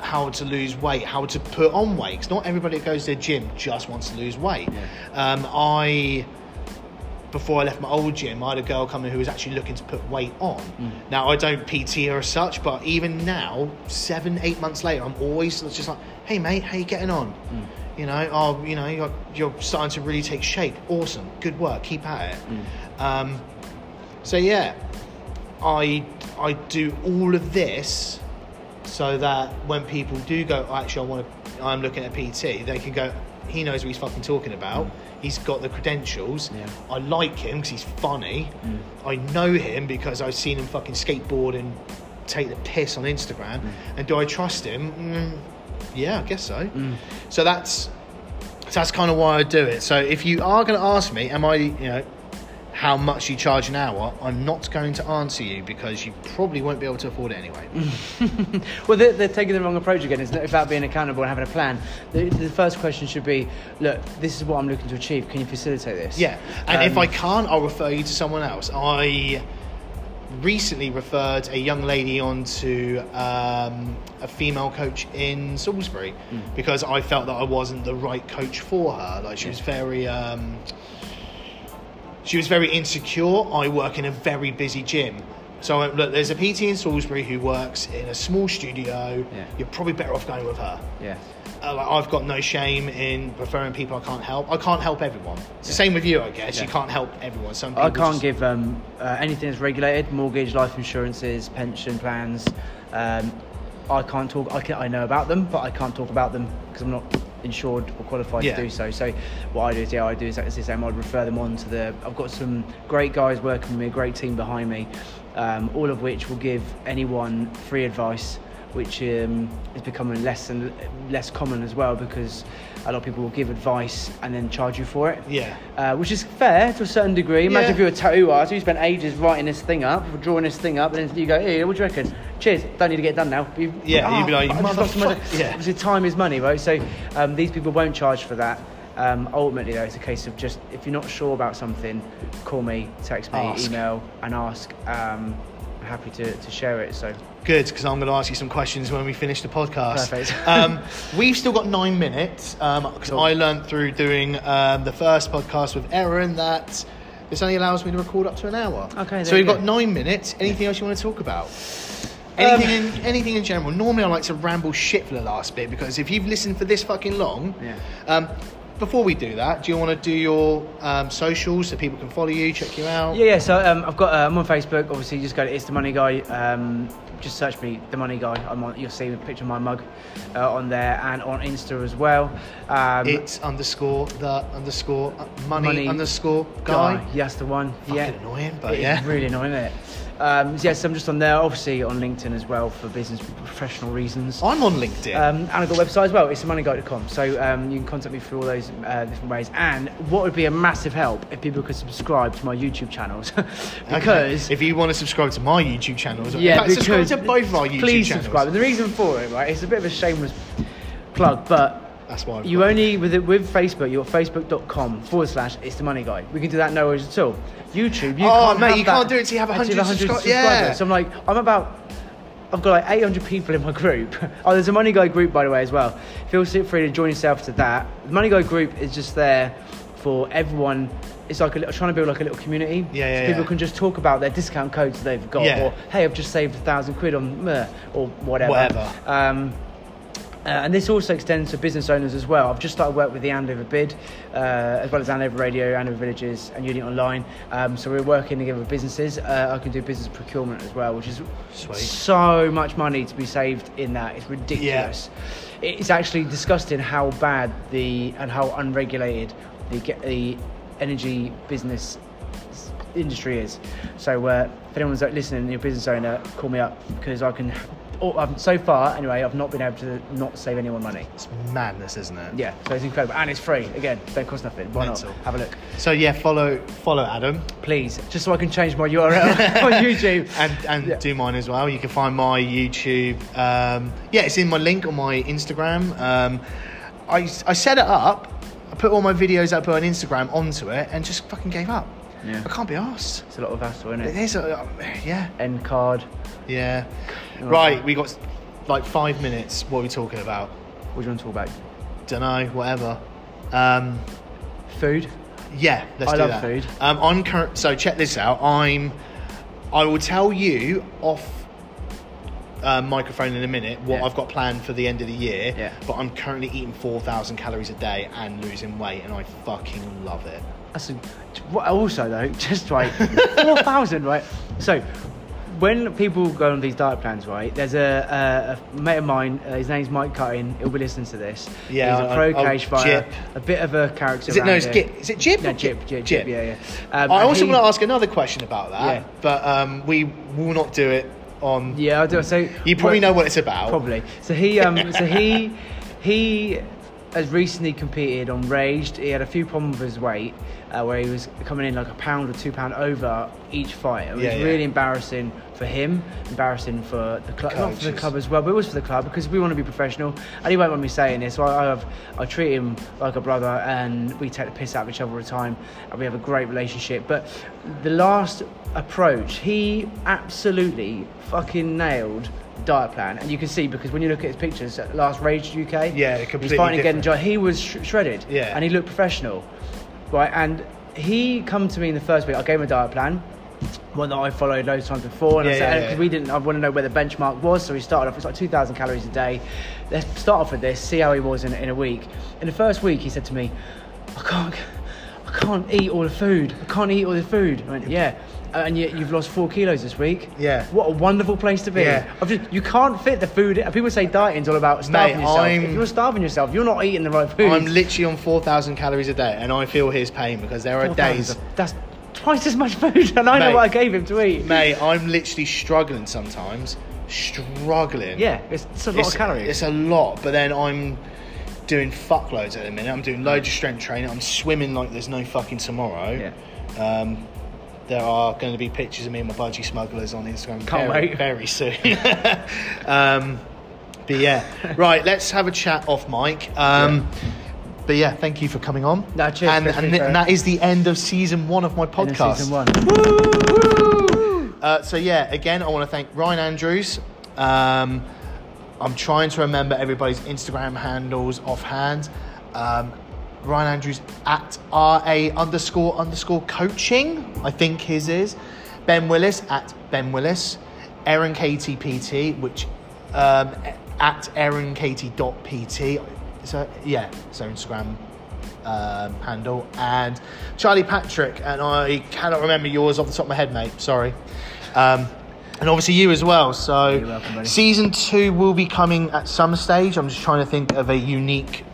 [SPEAKER 1] how to lose weight, how to put on weight. 'Cause not everybody that goes to the gym just wants to lose weight. Um, I before I left my old gym, I had a girl come in who was actually looking to put weight on. Now I don't PT her as such, but even now, seven, eight months later, I'm always just like, "Hey mate, how you getting on?" You know, oh, you know, you're, you're starting to really take shape. Awesome, good work, keep at it. Um, so yeah, I I do all of this so that when people do go, "Oh, actually, I want to, I'm looking at PT, they can go, he knows what he's fucking talking about. He's got the credentials.
[SPEAKER 2] Yeah.
[SPEAKER 1] I like him because he's funny. I know him because I've seen him fucking skateboard and take the piss on Instagram. And do I trust him? Mm, yeah, I guess so. So that's so that's kind of why I do it. So if you are going to ask me, am I, you know, how much you charge an hour, I'm not going to answer you because you probably won't be able to afford it anyway.
[SPEAKER 2] Well, they're, they're taking the wrong approach again, isn't it? About being accountable and having a plan. The, the first question should be, look, this is what I'm looking to achieve. Can you facilitate this?
[SPEAKER 1] Yeah, and if
[SPEAKER 2] Um,
[SPEAKER 1] I can't, I'll refer you to someone else. I recently referred a young lady on to um, a female coach in Salisbury
[SPEAKER 2] Hmm.
[SPEAKER 1] because I felt that I wasn't the right coach for her. Like she was very. Um, she was very insecure. I work in a very busy gym. So I went, look, there's a PT in Salisbury who works in a small studio.
[SPEAKER 2] Yeah.
[SPEAKER 1] You're probably better off going with her
[SPEAKER 2] Yeah.
[SPEAKER 1] uh, like I've got no shame in referring people I can't help. I can't help everyone. It's the same with you, I guess. You
[SPEAKER 2] Yeah.
[SPEAKER 1] can't help everyone. Some people
[SPEAKER 2] I can't
[SPEAKER 1] just-
[SPEAKER 2] give um, uh, anything that's regulated, mortgage, life insurances, pension plans. Um, I can't talk. I, can, I know about them, but I can't talk about them because I'm not insured or qualified
[SPEAKER 1] Yeah.
[SPEAKER 2] to do so. So what I do is, yeah, I do exactly the same. I'd refer them on to the. I've got some great guys working with me, a great team behind me, um, all of which will give anyone free advice. Which um, is becoming less and less common as well because a lot of people will give advice and then charge you for it
[SPEAKER 1] Yeah.
[SPEAKER 2] uh, which is fair to a certain degree. Imagine
[SPEAKER 1] Yeah.
[SPEAKER 2] if you're a tattoo artist, you spent ages writing this thing up, drawing this thing up, and then you go, "Hey, what do you reckon? Cheers, don't need to get it done now." You-
[SPEAKER 1] Yeah, you'd be like,
[SPEAKER 2] fuck, I just lost so much-
[SPEAKER 1] "Motherfuck-" Yeah.
[SPEAKER 2] Obviously, time is money, right? So um, these people won't charge for that. Um, ultimately, though, it's a case of just if you're not sure about something, call me, text me,
[SPEAKER 1] Ask.
[SPEAKER 2] email, and ask. Um, I'm happy to, to share it. So
[SPEAKER 1] Good, because I'm going to ask you some questions when we finish the podcast.
[SPEAKER 2] Perfect.
[SPEAKER 1] um, we've still got nine minutes because
[SPEAKER 2] Cool.
[SPEAKER 1] I learned through doing um, the first podcast with Erin that this only allows me to record up to an hour.
[SPEAKER 2] Okay,
[SPEAKER 1] So
[SPEAKER 2] there
[SPEAKER 1] we've
[SPEAKER 2] you
[SPEAKER 1] got
[SPEAKER 2] go. Um,
[SPEAKER 1] nine minutes. Anything else you want to talk about? Anything, in, anything in general. Normally, I like to ramble shit for the last bit because if you've listened for this fucking long,
[SPEAKER 2] Yeah.
[SPEAKER 1] um, before we do that, do you want to do your um, socials so people can follow you, check you out?
[SPEAKER 2] Yeah, yeah. So um, I've got. Uh, I'm on Facebook. Obviously, you just go to It's the Money Guy. Um, just search me, the Money Guy. I'm on. You'll see a picture of my mug uh, on there, and on Insta as well. Um,
[SPEAKER 1] It's underscore the underscore uh, money,
[SPEAKER 2] Money
[SPEAKER 1] underscore guy.
[SPEAKER 2] Yeah, that's the one.
[SPEAKER 1] Fucking
[SPEAKER 2] yeah.
[SPEAKER 1] annoying, but
[SPEAKER 2] It is
[SPEAKER 1] yeah.
[SPEAKER 2] really annoying, isn't it? Um, so yes, I'm just on there. Obviously, on LinkedIn as well for business professional reasons.
[SPEAKER 1] I'm on LinkedIn.
[SPEAKER 2] Um, and I've got a website as well, it's themoneyguy.com. So um, you can contact me through all those uh, different ways. And what would be a massive help if people could subscribe to my YouTube channels.
[SPEAKER 1] Okay.
[SPEAKER 2] because
[SPEAKER 1] if you want to subscribe to my YouTube channel, as well- in fact, subscribe
[SPEAKER 2] because-
[SPEAKER 1] to both of our YouTube
[SPEAKER 2] please
[SPEAKER 1] channels.
[SPEAKER 2] subscribe. And the reason for it, right, it's a bit of a shameless plug, but
[SPEAKER 1] That's why I've
[SPEAKER 2] you
[SPEAKER 1] got-
[SPEAKER 2] only with it, with Facebook, you're facebook.com forward slash it's the money guy. We can do that no worries at all. YouTube, you
[SPEAKER 1] Oh,
[SPEAKER 2] can't
[SPEAKER 1] mate,
[SPEAKER 2] have
[SPEAKER 1] you
[SPEAKER 2] that
[SPEAKER 1] can't do it till you have
[SPEAKER 2] until
[SPEAKER 1] 100
[SPEAKER 2] you
[SPEAKER 1] subscri- yeah.
[SPEAKER 2] So I'm like, I'm about. I've got like 800 people in my group. Oh, there's a Money Guy group, by the way, as well. Feel so free to join yourself to that. The Money Guy group is just there for everyone. It's like a little, trying to build like a little community.
[SPEAKER 1] Yeah, yeah,
[SPEAKER 2] so people
[SPEAKER 1] yeah.
[SPEAKER 2] can just talk about their discount codes they've got,
[SPEAKER 1] Yeah.
[SPEAKER 2] or hey, I've just saved a thousand quid on meh, or whatever.
[SPEAKER 1] Whatever.
[SPEAKER 2] Um, uh, and this also extends to business owners as well. I've just started work with the Andover Bid, uh, as well as Andover Radio, Andover Villages, and Unit Online. Um, so we're working together with businesses. Uh, I can do business procurement as well, which is
[SPEAKER 1] Sweet.
[SPEAKER 2] so much money to be saved in that. It's ridiculous. It's actually disgusting how bad the and how unregulated the ge- the energy business s- industry is. So uh, if anyone's like, listening, and you're a business owner, call me up because I can. Or, um, so far, anyway, I've not been able to not save anyone money.
[SPEAKER 1] It's madness, isn't it?
[SPEAKER 2] Yeah, so it's incredible, and it's free. Again, don't cost nothing. Why
[SPEAKER 1] Mental.
[SPEAKER 2] not? Have a look,
[SPEAKER 1] So yeah, follow follow Adam
[SPEAKER 2] please, just so I can change my URL on YouTube.
[SPEAKER 1] and and
[SPEAKER 2] Yeah.
[SPEAKER 1] do mine as well. You can find my YouTube. Um, yeah, it's in my link on my Instagram. Um, I I set it up. I put all my videos I put on Instagram onto it and just fucking gave up.
[SPEAKER 2] Yeah.
[SPEAKER 1] I can't be asked.
[SPEAKER 2] It's a lot of hassle, isn't
[SPEAKER 1] It
[SPEAKER 2] it? uh,
[SPEAKER 1] is a, yeah.
[SPEAKER 2] End card.
[SPEAKER 1] Yeah. Right, we got like five minutes. What are we talking about?
[SPEAKER 2] What do you want to talk about?
[SPEAKER 1] Dunno, whatever. Um,
[SPEAKER 2] Food.
[SPEAKER 1] yeah, let's
[SPEAKER 2] I
[SPEAKER 1] do
[SPEAKER 2] love
[SPEAKER 1] that.
[SPEAKER 2] food.
[SPEAKER 1] Um, I'm current. So check this out. I'm. I will tell you off uh, microphone in a minute what
[SPEAKER 2] Yeah.
[SPEAKER 1] I've got planned for the end of the year.
[SPEAKER 2] Yeah.
[SPEAKER 1] But I'm currently eating four thousand calories a day and losing weight, and I fucking love it.
[SPEAKER 2] That's a, what- also though, just right, four thousand, right? So, when people go on these diet plans, right? There's a, a, a mate of mine. Uh, his name's Mike Cutting. He'll be listening to this.
[SPEAKER 1] Yeah,
[SPEAKER 2] he's a
[SPEAKER 1] I-
[SPEAKER 2] pro
[SPEAKER 1] I'll-
[SPEAKER 2] cage fighter,
[SPEAKER 1] Jip.
[SPEAKER 2] a bit of a character.
[SPEAKER 1] Is it no?
[SPEAKER 2] around
[SPEAKER 1] It's
[SPEAKER 2] here.
[SPEAKER 1] Gip. Is it Jib?
[SPEAKER 2] No,
[SPEAKER 1] or
[SPEAKER 2] Jip, Jip, Jip, yeah, yeah. Um,
[SPEAKER 1] I
[SPEAKER 2] and
[SPEAKER 1] also
[SPEAKER 2] he-
[SPEAKER 1] want to ask another question about that,
[SPEAKER 2] Yeah.
[SPEAKER 1] but um, we will not do it on.
[SPEAKER 2] Yeah, I do. So
[SPEAKER 1] You probably
[SPEAKER 2] well,
[SPEAKER 1] know what it's about.
[SPEAKER 2] Probably. So he, um, so he, he has recently competed on Raged. He had a few problems with his weight, uh, where he was coming in like a pound or two pound over each fight. It was
[SPEAKER 1] Yeah, yeah.
[SPEAKER 2] really embarrassing for him, embarrassing for the club, not for the
[SPEAKER 1] Coaches.
[SPEAKER 2] club as well, but it was for the club because we want to be professional. And he won't mind me saying this. So I, I have, I treat him like a brother, and we take the piss out of each other all the time, and we have a great relationship. But the last approach, he absolutely fucking nailed the diet plan, and you can see because when you look at his pictures, at last Rage UK,
[SPEAKER 1] Yeah, completely
[SPEAKER 2] he's fighting again.
[SPEAKER 1] different.
[SPEAKER 2] John, he was sh- shredded,
[SPEAKER 1] Yeah.
[SPEAKER 2] and he looked professional, right? And he come to me in the first week. I gave him a diet plan. One that I followed loads of times before, and I
[SPEAKER 1] Yeah,
[SPEAKER 2] said,
[SPEAKER 1] yeah,
[SPEAKER 2] "Because
[SPEAKER 1] yeah.
[SPEAKER 2] we didn't. I want to know where the benchmark was. So we started off. It's like 2,000 calories a day. Let's start off with this. See how he was in, in a week. In the first week, he said to me, "I can't, I can't eat all the food. I can't eat all the food." I went, "Yeah." uh, And yet you've lost four kilos this week.
[SPEAKER 1] Yeah.
[SPEAKER 2] What a wonderful place to be.
[SPEAKER 1] Yeah.
[SPEAKER 2] I've just, you can't fit the food. People say dieting's all about starving
[SPEAKER 1] Mate,
[SPEAKER 2] yourself.
[SPEAKER 1] I'm-
[SPEAKER 2] If you're starving yourself, you're not eating the right food.
[SPEAKER 1] I'm literally on 4,000 calories a day, and I feel his pain because there are
[SPEAKER 2] Four
[SPEAKER 1] days.
[SPEAKER 2] thousand. That's twice as much food, and I know
[SPEAKER 1] Mate.
[SPEAKER 2] what I gave him to eat.
[SPEAKER 1] Mate, I'm literally struggling sometimes. Struggling.
[SPEAKER 2] Yeah, it's, it's a lot
[SPEAKER 1] it's,
[SPEAKER 2] of calories.
[SPEAKER 1] It's a lot, but then I'm doing fuckloads at the minute. I'm doing loads of strength training. I'm swimming like there's no fucking tomorrow. Yeah. Um, there are going to be pictures of me and my budgie smugglers on Instagram
[SPEAKER 2] Can't
[SPEAKER 1] very,
[SPEAKER 2] wait.
[SPEAKER 1] very soon. um, but yeah, right. Let's have a chat off mic. Um, But yeah, thank you for coming on.
[SPEAKER 2] No, cheers,
[SPEAKER 1] and,
[SPEAKER 2] cheers,
[SPEAKER 1] and,
[SPEAKER 2] cheers,
[SPEAKER 1] th- and
[SPEAKER 2] bro.
[SPEAKER 1] that is the end of season one of my
[SPEAKER 2] End
[SPEAKER 1] podcast.
[SPEAKER 2] of Season one.
[SPEAKER 1] Uh, so yeah, again, I want to thank Ryan Andrews. Um, I'm trying to remember everybody's Instagram handles offhand. Um, Ryan Andrews at RA underscore underscore coaching, I think his is. Ben Willis at Ben Willis. Aaron KTPT, which um, at aaronkatie.pt. So yeah, so Instagram um, handle and Charlie Patrick and I cannot remember yours off the top of my head, mate. Sorry, um, and obviously you as well. So
[SPEAKER 2] You're welcome, buddy.
[SPEAKER 1] season two will be coming at some stage. I'm just trying to think of a unique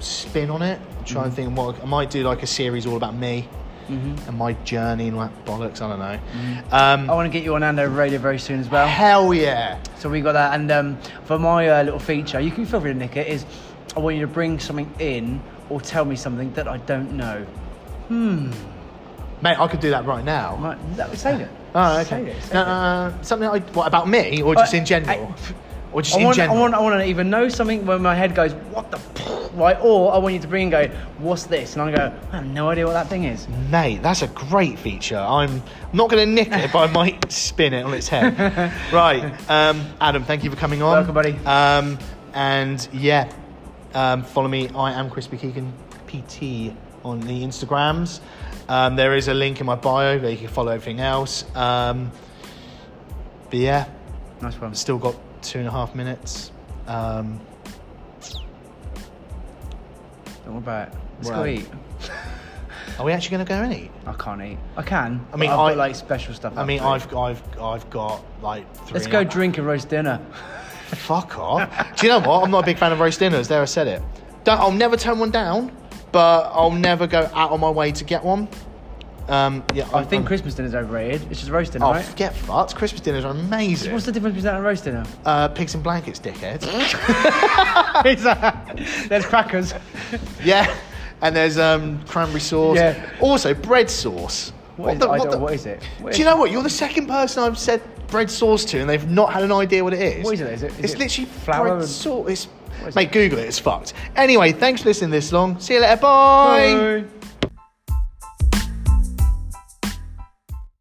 [SPEAKER 1] spin on it. I'm
[SPEAKER 2] Mm-hmm.
[SPEAKER 1] trying to think what I might do, like a series all about me and my journey and all that bollocks. I don't know.
[SPEAKER 2] I
[SPEAKER 1] Um,
[SPEAKER 2] want to get you on Ando Radio very soon as well.
[SPEAKER 1] Hell yeah!
[SPEAKER 2] So we got that. And um, for my uh, little feature, you can feel free to nick it. Is I want you to bring something in or tell me something that I don't know.
[SPEAKER 1] Mate, I could do that right now.
[SPEAKER 2] Right, that save it.
[SPEAKER 1] Oh, okay.
[SPEAKER 2] Save it, save
[SPEAKER 1] No,
[SPEAKER 2] it.
[SPEAKER 1] uh, something I, what, about me, or just
[SPEAKER 2] Uh,
[SPEAKER 1] in general, or just
[SPEAKER 2] I
[SPEAKER 1] in
[SPEAKER 2] want, I
[SPEAKER 1] general.
[SPEAKER 2] want, I want to even know something when my head goes, what the, f-" right? Or I want you to bring and go, what's this? And I go, I have no idea what that thing is.
[SPEAKER 1] Mate, that's a great feature. I'm not going to nick it, but I might spin it on its head. right, um, Adam, thank you for coming on.
[SPEAKER 2] Welcome, buddy.
[SPEAKER 1] Um, and yeah, um, follow me. I am Crispy Keegan PT on the Instagrams. Um, there is a link in my bio where you can follow everything else. Um, but yeah,
[SPEAKER 2] Nice one.
[SPEAKER 1] still got two and a half minutes. Um,
[SPEAKER 2] Don't worry about it. Let's
[SPEAKER 1] Wow.
[SPEAKER 2] go eat.
[SPEAKER 1] are we actually going to go and eat?
[SPEAKER 2] I can't eat. I can.
[SPEAKER 1] I mean,
[SPEAKER 2] but I've
[SPEAKER 1] I-
[SPEAKER 2] got, like special stuff.
[SPEAKER 1] I mean,
[SPEAKER 2] after.
[SPEAKER 1] I've, I've, I've got like three.
[SPEAKER 2] Let's
[SPEAKER 1] and
[SPEAKER 2] go
[SPEAKER 1] a-
[SPEAKER 2] drink and roast dinner.
[SPEAKER 1] Fuck off. Do you know what? I'm not a big fan of roast dinners. There, I said it. Don't, I'll never turn one down, but I'll never go out on my way to get one. Um, yeah,
[SPEAKER 2] I think Christmas dinner's overrated. It's just roast dinner,
[SPEAKER 1] Oh,
[SPEAKER 2] right?
[SPEAKER 1] get fucked. Christmas dinners are amazing.
[SPEAKER 2] What's the difference between that and roast dinner?
[SPEAKER 1] uh, pigs and blankets, dickhead.
[SPEAKER 2] It's, uh, There's crackers.
[SPEAKER 1] yeah. And there's um, cranberry sauce.
[SPEAKER 2] Yeah.
[SPEAKER 1] Also, bread sauce.
[SPEAKER 2] What is,
[SPEAKER 1] the-
[SPEAKER 2] I
[SPEAKER 1] what
[SPEAKER 2] don't,
[SPEAKER 1] the-
[SPEAKER 2] what is it? What
[SPEAKER 1] Do
[SPEAKER 2] is
[SPEAKER 1] you know what? You're the second person I've said bread sauce to, and they've not had an idea what it is.
[SPEAKER 2] What is it? Is it- is
[SPEAKER 1] it's
[SPEAKER 2] it
[SPEAKER 1] literally
[SPEAKER 2] flour
[SPEAKER 1] bread
[SPEAKER 2] and-
[SPEAKER 1] sauce. It's,
[SPEAKER 2] What is
[SPEAKER 1] mate, Google it. It's fucked. Anyway, thanks for listening this long. See you later. Bye.
[SPEAKER 2] Bye.